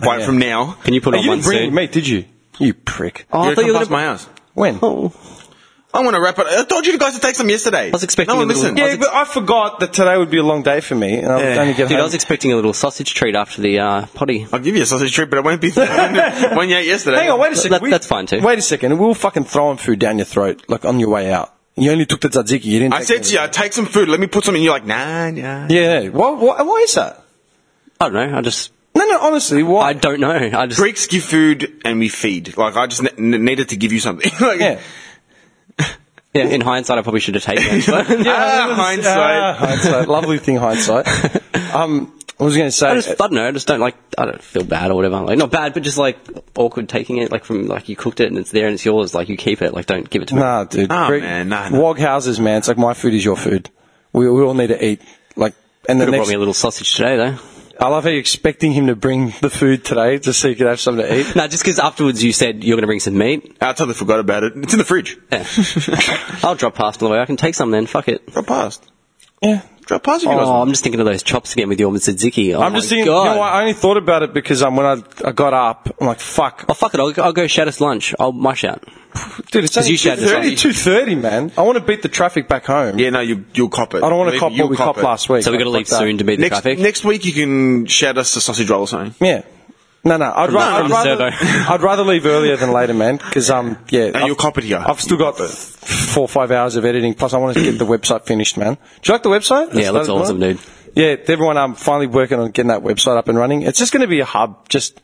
Speaker 2: Right from now.
Speaker 1: Can you put
Speaker 3: Hey,
Speaker 1: on
Speaker 3: Oh, you
Speaker 1: one
Speaker 3: didn't bring
Speaker 1: soon?
Speaker 3: meat, did you? You prick.
Speaker 1: Oh,
Speaker 2: You're
Speaker 1: I
Speaker 2: gonna
Speaker 1: thought
Speaker 2: come
Speaker 1: you were Oh.
Speaker 2: past
Speaker 1: going
Speaker 2: my house.
Speaker 3: When?
Speaker 1: to.
Speaker 2: I'm gonna wrap it. I told you guys to take some yesterday. I
Speaker 1: was expecting
Speaker 2: No one
Speaker 1: a little-
Speaker 2: listened.
Speaker 3: Yeah, but I forgot that today would be a long day for me, and I was
Speaker 2: Yeah.
Speaker 3: only get
Speaker 1: Dude, I
Speaker 3: home.
Speaker 1: was expecting a little sausage treat after the uh, potty.
Speaker 2: I'll give you a sausage treat, but it won't be when you ate yesterday.
Speaker 3: Hang on, wait a second.
Speaker 1: That- that's fine too.
Speaker 3: Wait a second. We were fucking throwing food down your throat, like on your way out. You only took the tzatziki. You didn't.
Speaker 2: I
Speaker 3: take
Speaker 2: said to
Speaker 3: the-
Speaker 2: you, I take some food. Let me put some in. You're like, nah, nah.
Speaker 3: Yeah. yeah. Why, why, why is that?
Speaker 1: I don't know. I just.
Speaker 3: No, no. Honestly, why?
Speaker 1: I don't know. I just.
Speaker 2: Greeks give food and we feed. Like I just ne- n- needed to give you something. like,
Speaker 3: yeah.
Speaker 1: Yeah, in hindsight, I probably should have taken it. but-
Speaker 2: Ah,
Speaker 3: Ah,
Speaker 2: hindsight.
Speaker 3: ah, hindsight. Lovely thing, hindsight. Um, I was going to say,
Speaker 1: I just, I don't know. I just don't like. I don't feel bad or whatever. Like not bad, but just like awkward taking it. Like from like you cooked it and it's there and it's yours. Like you keep it. Like don't give it to me.
Speaker 3: nah, dude.
Speaker 2: Nah,
Speaker 3: Greek-
Speaker 2: man, nah, nah.
Speaker 3: Wog houses, man. It's like my food is your food. We, we all need to eat. Like, and the
Speaker 1: Could have brought
Speaker 3: next,
Speaker 1: me a little sausage today though.
Speaker 3: I love how you're expecting him to bring the food today just so you could have something to eat.
Speaker 1: No, just because afterwards you said you're going to bring some meat.
Speaker 2: I totally forgot about it. It's in the fridge.
Speaker 1: Yeah. I'll drop past on the way. I can take some then. Fuck it.
Speaker 2: Drop past.
Speaker 3: Yeah.
Speaker 2: Drop past if you guys
Speaker 1: Oh,
Speaker 2: want.
Speaker 1: I'm just thinking of those chops again with your tzatziki. Oh
Speaker 3: I'm just
Speaker 1: my
Speaker 3: thinking,
Speaker 1: God.
Speaker 3: you know what? I only thought about it because um, when I, I got up, I'm like, fuck.
Speaker 1: Oh fuck it! I'll, I'll go shout us lunch. I'll mush out.
Speaker 3: Dude, it's only
Speaker 1: you should have
Speaker 3: 2.30, 2.30, man. I want to beat the traffic back home.
Speaker 2: Yeah, no, you, you'll cop it.
Speaker 3: I don't want
Speaker 2: Believe
Speaker 3: to cop
Speaker 2: me,
Speaker 3: what
Speaker 2: you'll
Speaker 3: we copped
Speaker 2: it.
Speaker 3: last week.
Speaker 1: So we got to
Speaker 3: Fuck
Speaker 1: leave
Speaker 3: that.
Speaker 1: soon to beat the
Speaker 2: Next,
Speaker 1: traffic.
Speaker 2: next week you can shout us a sausage roll or something.
Speaker 3: Yeah. No, no. I'd, ra-
Speaker 1: No,
Speaker 3: I'd,
Speaker 1: no,
Speaker 3: rather,
Speaker 1: Zerto.
Speaker 3: I'd rather leave earlier than later, man. Because um, yeah,
Speaker 2: No,
Speaker 3: I've-
Speaker 2: you'll cop it here.
Speaker 3: I've still got f- four or five hours of editing. Plus, I want to get the website finished, man. Do you like the website?
Speaker 1: Yeah, it looks
Speaker 3: Started on?
Speaker 1: awesome, dude.
Speaker 3: Yeah, everyone, I'm finally working on getting that website up and running. It's just going to be a hub. Just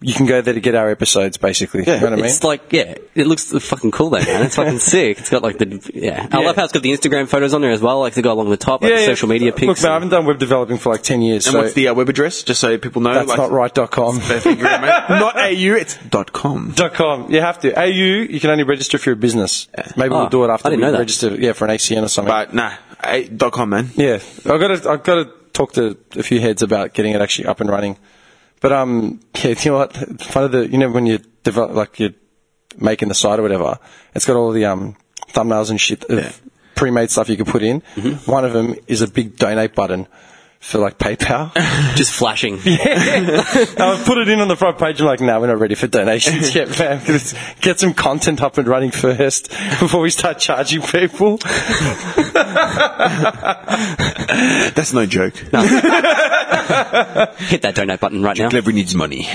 Speaker 3: you can go there to get our episodes, basically. you know what I mean?
Speaker 1: It's like, yeah, it looks fucking cool though, man. It's fucking sick. It's got like the, yeah. I
Speaker 3: Yeah.
Speaker 1: love how it's got the Instagram photos on there as well, like they go along the top, like the social media pics.
Speaker 3: Look, man, I haven't done web developing for like ten years,
Speaker 2: And
Speaker 3: so
Speaker 2: what's the uh, web address? Just so people know.
Speaker 3: that's
Speaker 2: like,
Speaker 3: not right. Dot com.
Speaker 2: they figure it out, mate. not AU, it's dot com.
Speaker 3: Dot com. You have to. AU. You can only register if you're a business. Maybe
Speaker 1: Oh,
Speaker 3: we'll do it after
Speaker 1: I didn't
Speaker 3: we
Speaker 1: know that.
Speaker 3: register. Yeah, for an ACN or something.
Speaker 2: But nah, a, dot com, man.
Speaker 3: Yeah, I've got to, I've got to talk to a few heads about getting it actually up and running. But um, yeah, you know what? Part of the you know when you develop like you're making the site or whatever, it's got all the um thumbnails and shit of
Speaker 2: Yeah.
Speaker 3: pre-made stuff you can put in. One of them is a big donate button for like PayPal.
Speaker 1: Just flashing.
Speaker 3: I put it in on the front page. I'm like, no, we're not ready for donations yet, man. Let's get some content up and running first before we start charging people.
Speaker 2: That's no joke.
Speaker 1: Hit that donate button right now.
Speaker 2: Clever needs money.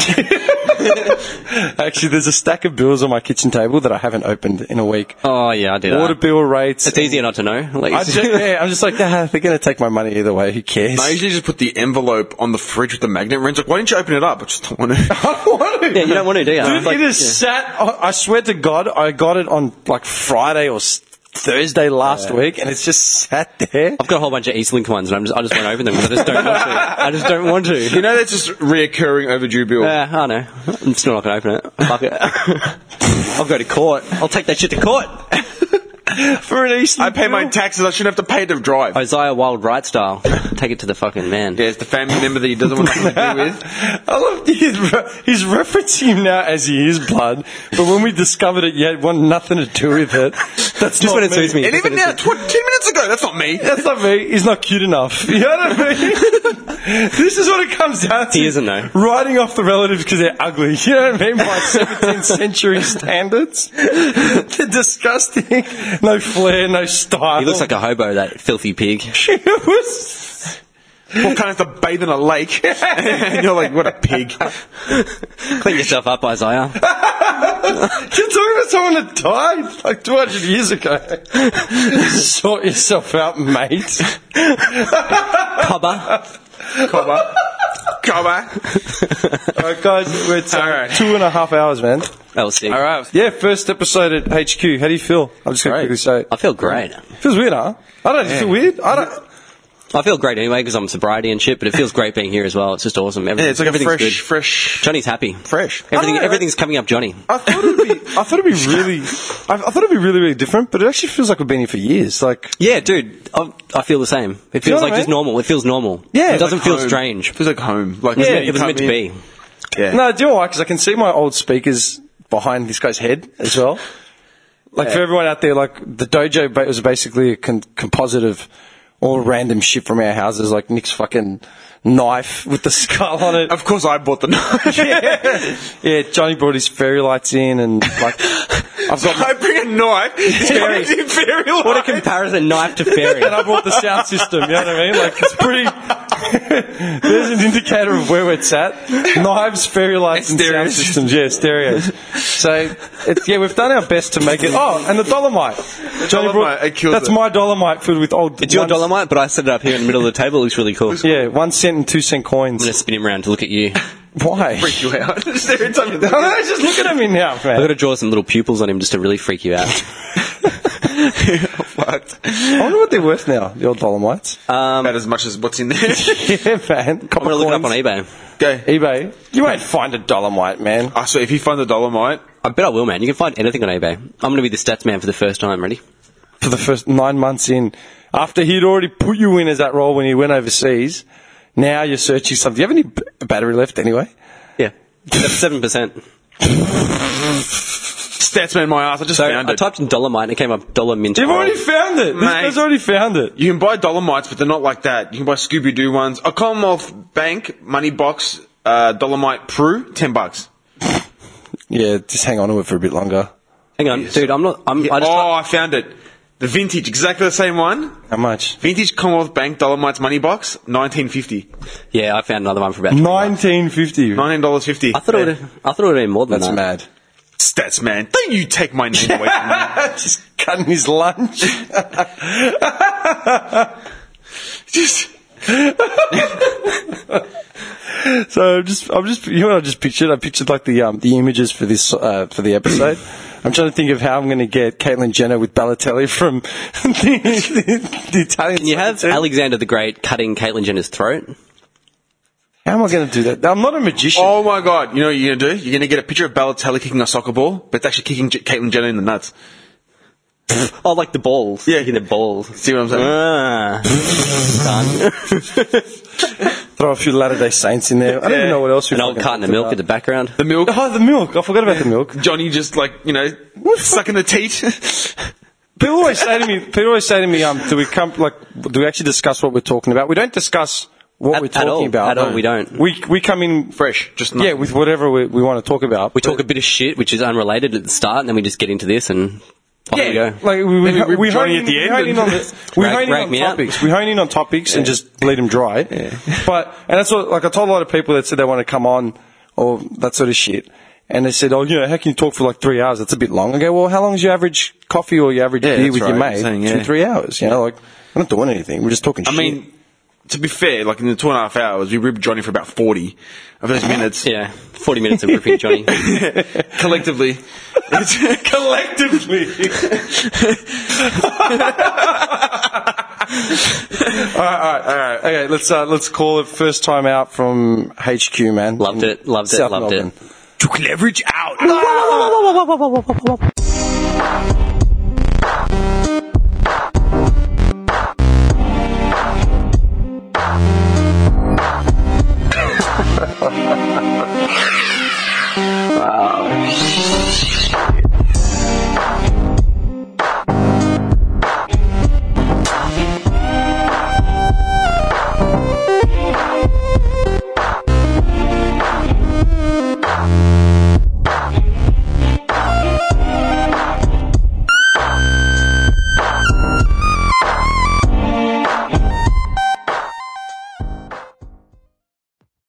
Speaker 3: Actually, there's a stack of bills on my kitchen table that I haven't opened in a week.
Speaker 1: Oh yeah, I do that.
Speaker 3: Water bill rates.
Speaker 1: it's easier not to know. Like,
Speaker 3: I just, yeah, I'm just like, ah, they're going to take my money either way. Who cares?
Speaker 2: I usually just put the envelope on the fridge with the magnet wrench. Like, why didn't you open it up? I just don't want to.
Speaker 3: don't want to.
Speaker 1: yeah, you don't want to do that.
Speaker 3: Dude,
Speaker 1: It's like-
Speaker 3: it is sat. I I swear to God, I got it on like Friday or s- Thursday last week, and it's just sat there.
Speaker 1: I've got a whole bunch of Eastlink ones, and I'm just, I just won't open them because I just don't want to. I just don't want to.
Speaker 2: you know, that's just reoccurring overdue bill.
Speaker 1: Yeah, I know. I'm still not going to open it. Fuck it. I'll go to court. I'll take that shit to court.
Speaker 3: For an Easter,
Speaker 2: I pay my taxes. I shouldn't have to pay to drive.
Speaker 1: Isaiah Wild Right style. Take it to the fucking man.
Speaker 2: yeah, it's the family member that he doesn't want nothing to do with.
Speaker 3: I love he's, re- he's referencing him now as he is blood, but when we discovered it, you had one nothing to do with it. That's
Speaker 1: Just
Speaker 3: not
Speaker 1: when it suits me.
Speaker 2: And even now, tw- 10 minutes ago, that's not me.
Speaker 3: That's not me. He's not cute enough. You know what I mean? this is what it comes down to.
Speaker 1: He isn't, though.
Speaker 3: Riding off the relatives because they're ugly. You know what I mean? By 17th century standards. They're disgusting. No flair, no style.
Speaker 1: He looks like a hobo, that filthy pig.
Speaker 3: It was-
Speaker 2: Well, kind of have to bathe in a lake. and you're like, what a pig.
Speaker 1: Clean yourself up, Isaiah.
Speaker 3: You're talking about someone that died like 200 years ago. Sort yourself out, mate.
Speaker 1: Cobber.
Speaker 2: Cobber. Cobber.
Speaker 3: All right, guys, we're at, uh,
Speaker 2: All right.
Speaker 3: two and a half hours, man.
Speaker 1: That was sick.
Speaker 2: All right.
Speaker 3: Yeah, first episode at HQ. How do you feel? I'm just going to
Speaker 2: Great.
Speaker 3: quickly say it.
Speaker 1: I feel great.
Speaker 3: Feels weird, huh? I don't know. does it feel weird? I don't.
Speaker 1: I feel great anyway because I'm sobriety and shit, but it feels great being here as well. It's just awesome. Everything,
Speaker 2: Yeah, it's like a
Speaker 1: everything's good.
Speaker 2: fresh, fresh,
Speaker 1: Johnny's happy.
Speaker 2: fresh.
Speaker 1: Everything,
Speaker 3: I don't know.
Speaker 1: everything's coming up, Johnny.
Speaker 3: I thought it'd be. I thought it'd be really. I, I thought it'd be really, really different. But it actually feels like we've been here for years. Like,
Speaker 1: Yeah, dude, I, I feel the same. It feels
Speaker 3: know what
Speaker 1: like
Speaker 3: I
Speaker 1: just
Speaker 3: mean?
Speaker 1: normal. It feels normal.
Speaker 3: Yeah,
Speaker 1: it doesn't
Speaker 2: Like
Speaker 1: feel
Speaker 2: home.
Speaker 1: strange.
Speaker 2: Feels like home. Like
Speaker 1: Yeah,
Speaker 2: you
Speaker 1: it was
Speaker 2: come
Speaker 1: meant to
Speaker 2: in-
Speaker 1: be.
Speaker 2: Yeah.
Speaker 3: no, I do why? Because I can see my old speakers behind this guy's head as well. Like for everyone out there, like the dojo ba- was basically a con- composite of all random shit from our houses, like Nick's fucking knife with the skull on it.
Speaker 2: Of course, I bought the knife.
Speaker 3: yeah. yeah, Johnny brought his fairy lights in, and like I've got.
Speaker 2: I bring a knife. It's
Speaker 1: Very-
Speaker 2: very, very
Speaker 1: What a comparison, knife to fairy.
Speaker 3: and I brought the sound system. You know what I mean? Like it's pretty. there's an indicator of where it's at. Knives, fairy lights, and,
Speaker 2: And stereos.
Speaker 3: sound systems. Yeah, stereos. So it's, yeah, we've done our best to make it. Oh, and the dolomite. Johnny
Speaker 2: dolomite, it kills
Speaker 3: that's
Speaker 2: it.
Speaker 3: my dolomite filled with old.
Speaker 1: It's your dolomite, but I set it up here in the middle of the table. It looks really cool. I'm
Speaker 3: Yeah, one cent and two cent
Speaker 1: going to
Speaker 3: coins.
Speaker 1: spin him around to look at you.
Speaker 3: Why? Oh,
Speaker 2: freak you out. Is there a time you look at it?
Speaker 3: Just look at me now,
Speaker 1: I've got
Speaker 3: man.
Speaker 1: to draw some little pupils on him just to really freak you out.
Speaker 2: Fucked.
Speaker 3: I wonder what they're worth now. The old dolomites.
Speaker 1: Um,
Speaker 2: About as much as what's in there.
Speaker 3: yeah, man.
Speaker 1: Uh, I'm going to look it up on eBay.
Speaker 2: okay.
Speaker 3: eBay. You won't find a dolomite, man.
Speaker 2: Ah, so if you find the dolomite,
Speaker 1: I bet I will, man. You can find anything on eBay. I'm going to be the stats man for the first time. Ready?
Speaker 3: for the first nine months in. After he'd already put you in as that role when he went overseas, now you're searching something. Do you have any b- battery left anyway?
Speaker 1: Yeah. Seven percent.
Speaker 2: statsman my ass. I just
Speaker 1: So
Speaker 2: found
Speaker 1: I
Speaker 2: it.
Speaker 1: typed in dolomite and it came up dollar mint.
Speaker 3: You've
Speaker 1: oil.
Speaker 3: already found it. This
Speaker 2: Mate.
Speaker 3: guy's already found it.
Speaker 2: you can buy dolomites, but they're not like that. You can buy Scooby Doo ones. A Commonwealth Bank money box uh, dolomite Peru, ten bucks.
Speaker 3: Yeah, just hang on to it for a bit longer.
Speaker 1: Hang on, dude. I'm not. I'm. I just.
Speaker 2: oh, I found it. The vintage, exactly the same one.
Speaker 3: How much?
Speaker 2: Vintage Commonwealth Bank Dolomites money box, nineteen fifty.
Speaker 1: Yeah, I found another one for about. 20 bucks.
Speaker 3: Nineteen fifty.
Speaker 2: Nineteen dollars fifty.
Speaker 1: I thought it would. I thought it would have been more than
Speaker 3: That's
Speaker 1: that.
Speaker 3: mad.
Speaker 2: Stats man, don't you take my name away from me.
Speaker 3: just cutting his lunch.
Speaker 2: Just
Speaker 3: So I'm just, I'm just, you know, what I just pictured. I pictured like the um, the images for this uh, for the episode. I'm trying to think of how I'm going to get Caitlyn Jenner with Balotelli from the, the, the Italian.
Speaker 1: Can you have Alexander the Great cutting Caitlyn Jenner's throat?
Speaker 3: How am I going to do that? I'm not a magician.
Speaker 2: Oh my god! You know what you're gonna do? You're gonna get a picture of Balotelli kicking a soccer ball, but it's actually kicking J- Caitlyn Jenner in the nuts.
Speaker 1: Oh, like the balls.
Speaker 2: Yeah.
Speaker 1: Kicking the balls.
Speaker 2: See what I'm saying?
Speaker 1: Ah.
Speaker 3: Throw a few Latter Day Saints in there. I don't even know what else. we
Speaker 1: An old
Speaker 3: fucking
Speaker 1: carton of
Speaker 3: talked
Speaker 1: milk
Speaker 3: about.
Speaker 1: in the background.
Speaker 2: the milk.
Speaker 3: Oh, the milk! I forgot about the milk.
Speaker 2: Johnny just like you know sucking the teat.
Speaker 3: People always say to me. People always say to me, um, "Do we come? Like, do we actually discuss what we're talking about? We don't discuss what
Speaker 1: At-
Speaker 3: we're
Speaker 1: at
Speaker 3: talking
Speaker 1: all.
Speaker 3: about.
Speaker 1: At all, we don't.
Speaker 3: We we come in
Speaker 2: Fresh, just not-
Speaker 3: yeah, with whatever we, we want to talk about.
Speaker 1: We talk a bit of shit, which is unrelated at the start, and then we just get into this and off we go.
Speaker 3: Like we,
Speaker 2: Maybe
Speaker 3: we,
Speaker 2: rip
Speaker 3: we hone
Speaker 2: Johnny
Speaker 3: in,
Speaker 2: at the
Speaker 3: we
Speaker 2: end
Speaker 3: hone
Speaker 2: and
Speaker 3: in on, the, we
Speaker 1: Rag-
Speaker 3: hone in
Speaker 1: rag
Speaker 3: on
Speaker 1: me out.
Speaker 3: topics. We hone in on topics and just let them dry. But and that's what like I told a lot of people that said they want to come on or that sort of shit. And they said, "Oh, you know, how can you talk for like three hours? That's a bit long." I go, "Well, how long is your average coffee or your average
Speaker 2: Yeah,
Speaker 3: beer
Speaker 2: that's
Speaker 3: with your
Speaker 2: right,
Speaker 3: mate?
Speaker 2: you're saying,
Speaker 3: Two,
Speaker 2: yeah.
Speaker 3: three hours. You know, like we're not doing anything. We're just talking."
Speaker 2: I
Speaker 3: shit.
Speaker 2: mean, to be fair, like in the two and a half hours, we ripped Johnny for about forty of those minutes
Speaker 1: Yeah. Forty minutes of ripping Johnny.
Speaker 2: collectively. collectively.
Speaker 3: okay, let's uh, let's call it first time out from HQ, man.
Speaker 1: Loved it, loved it,
Speaker 3: South
Speaker 1: loved it.
Speaker 3: Melbourne.
Speaker 2: Took leverage out.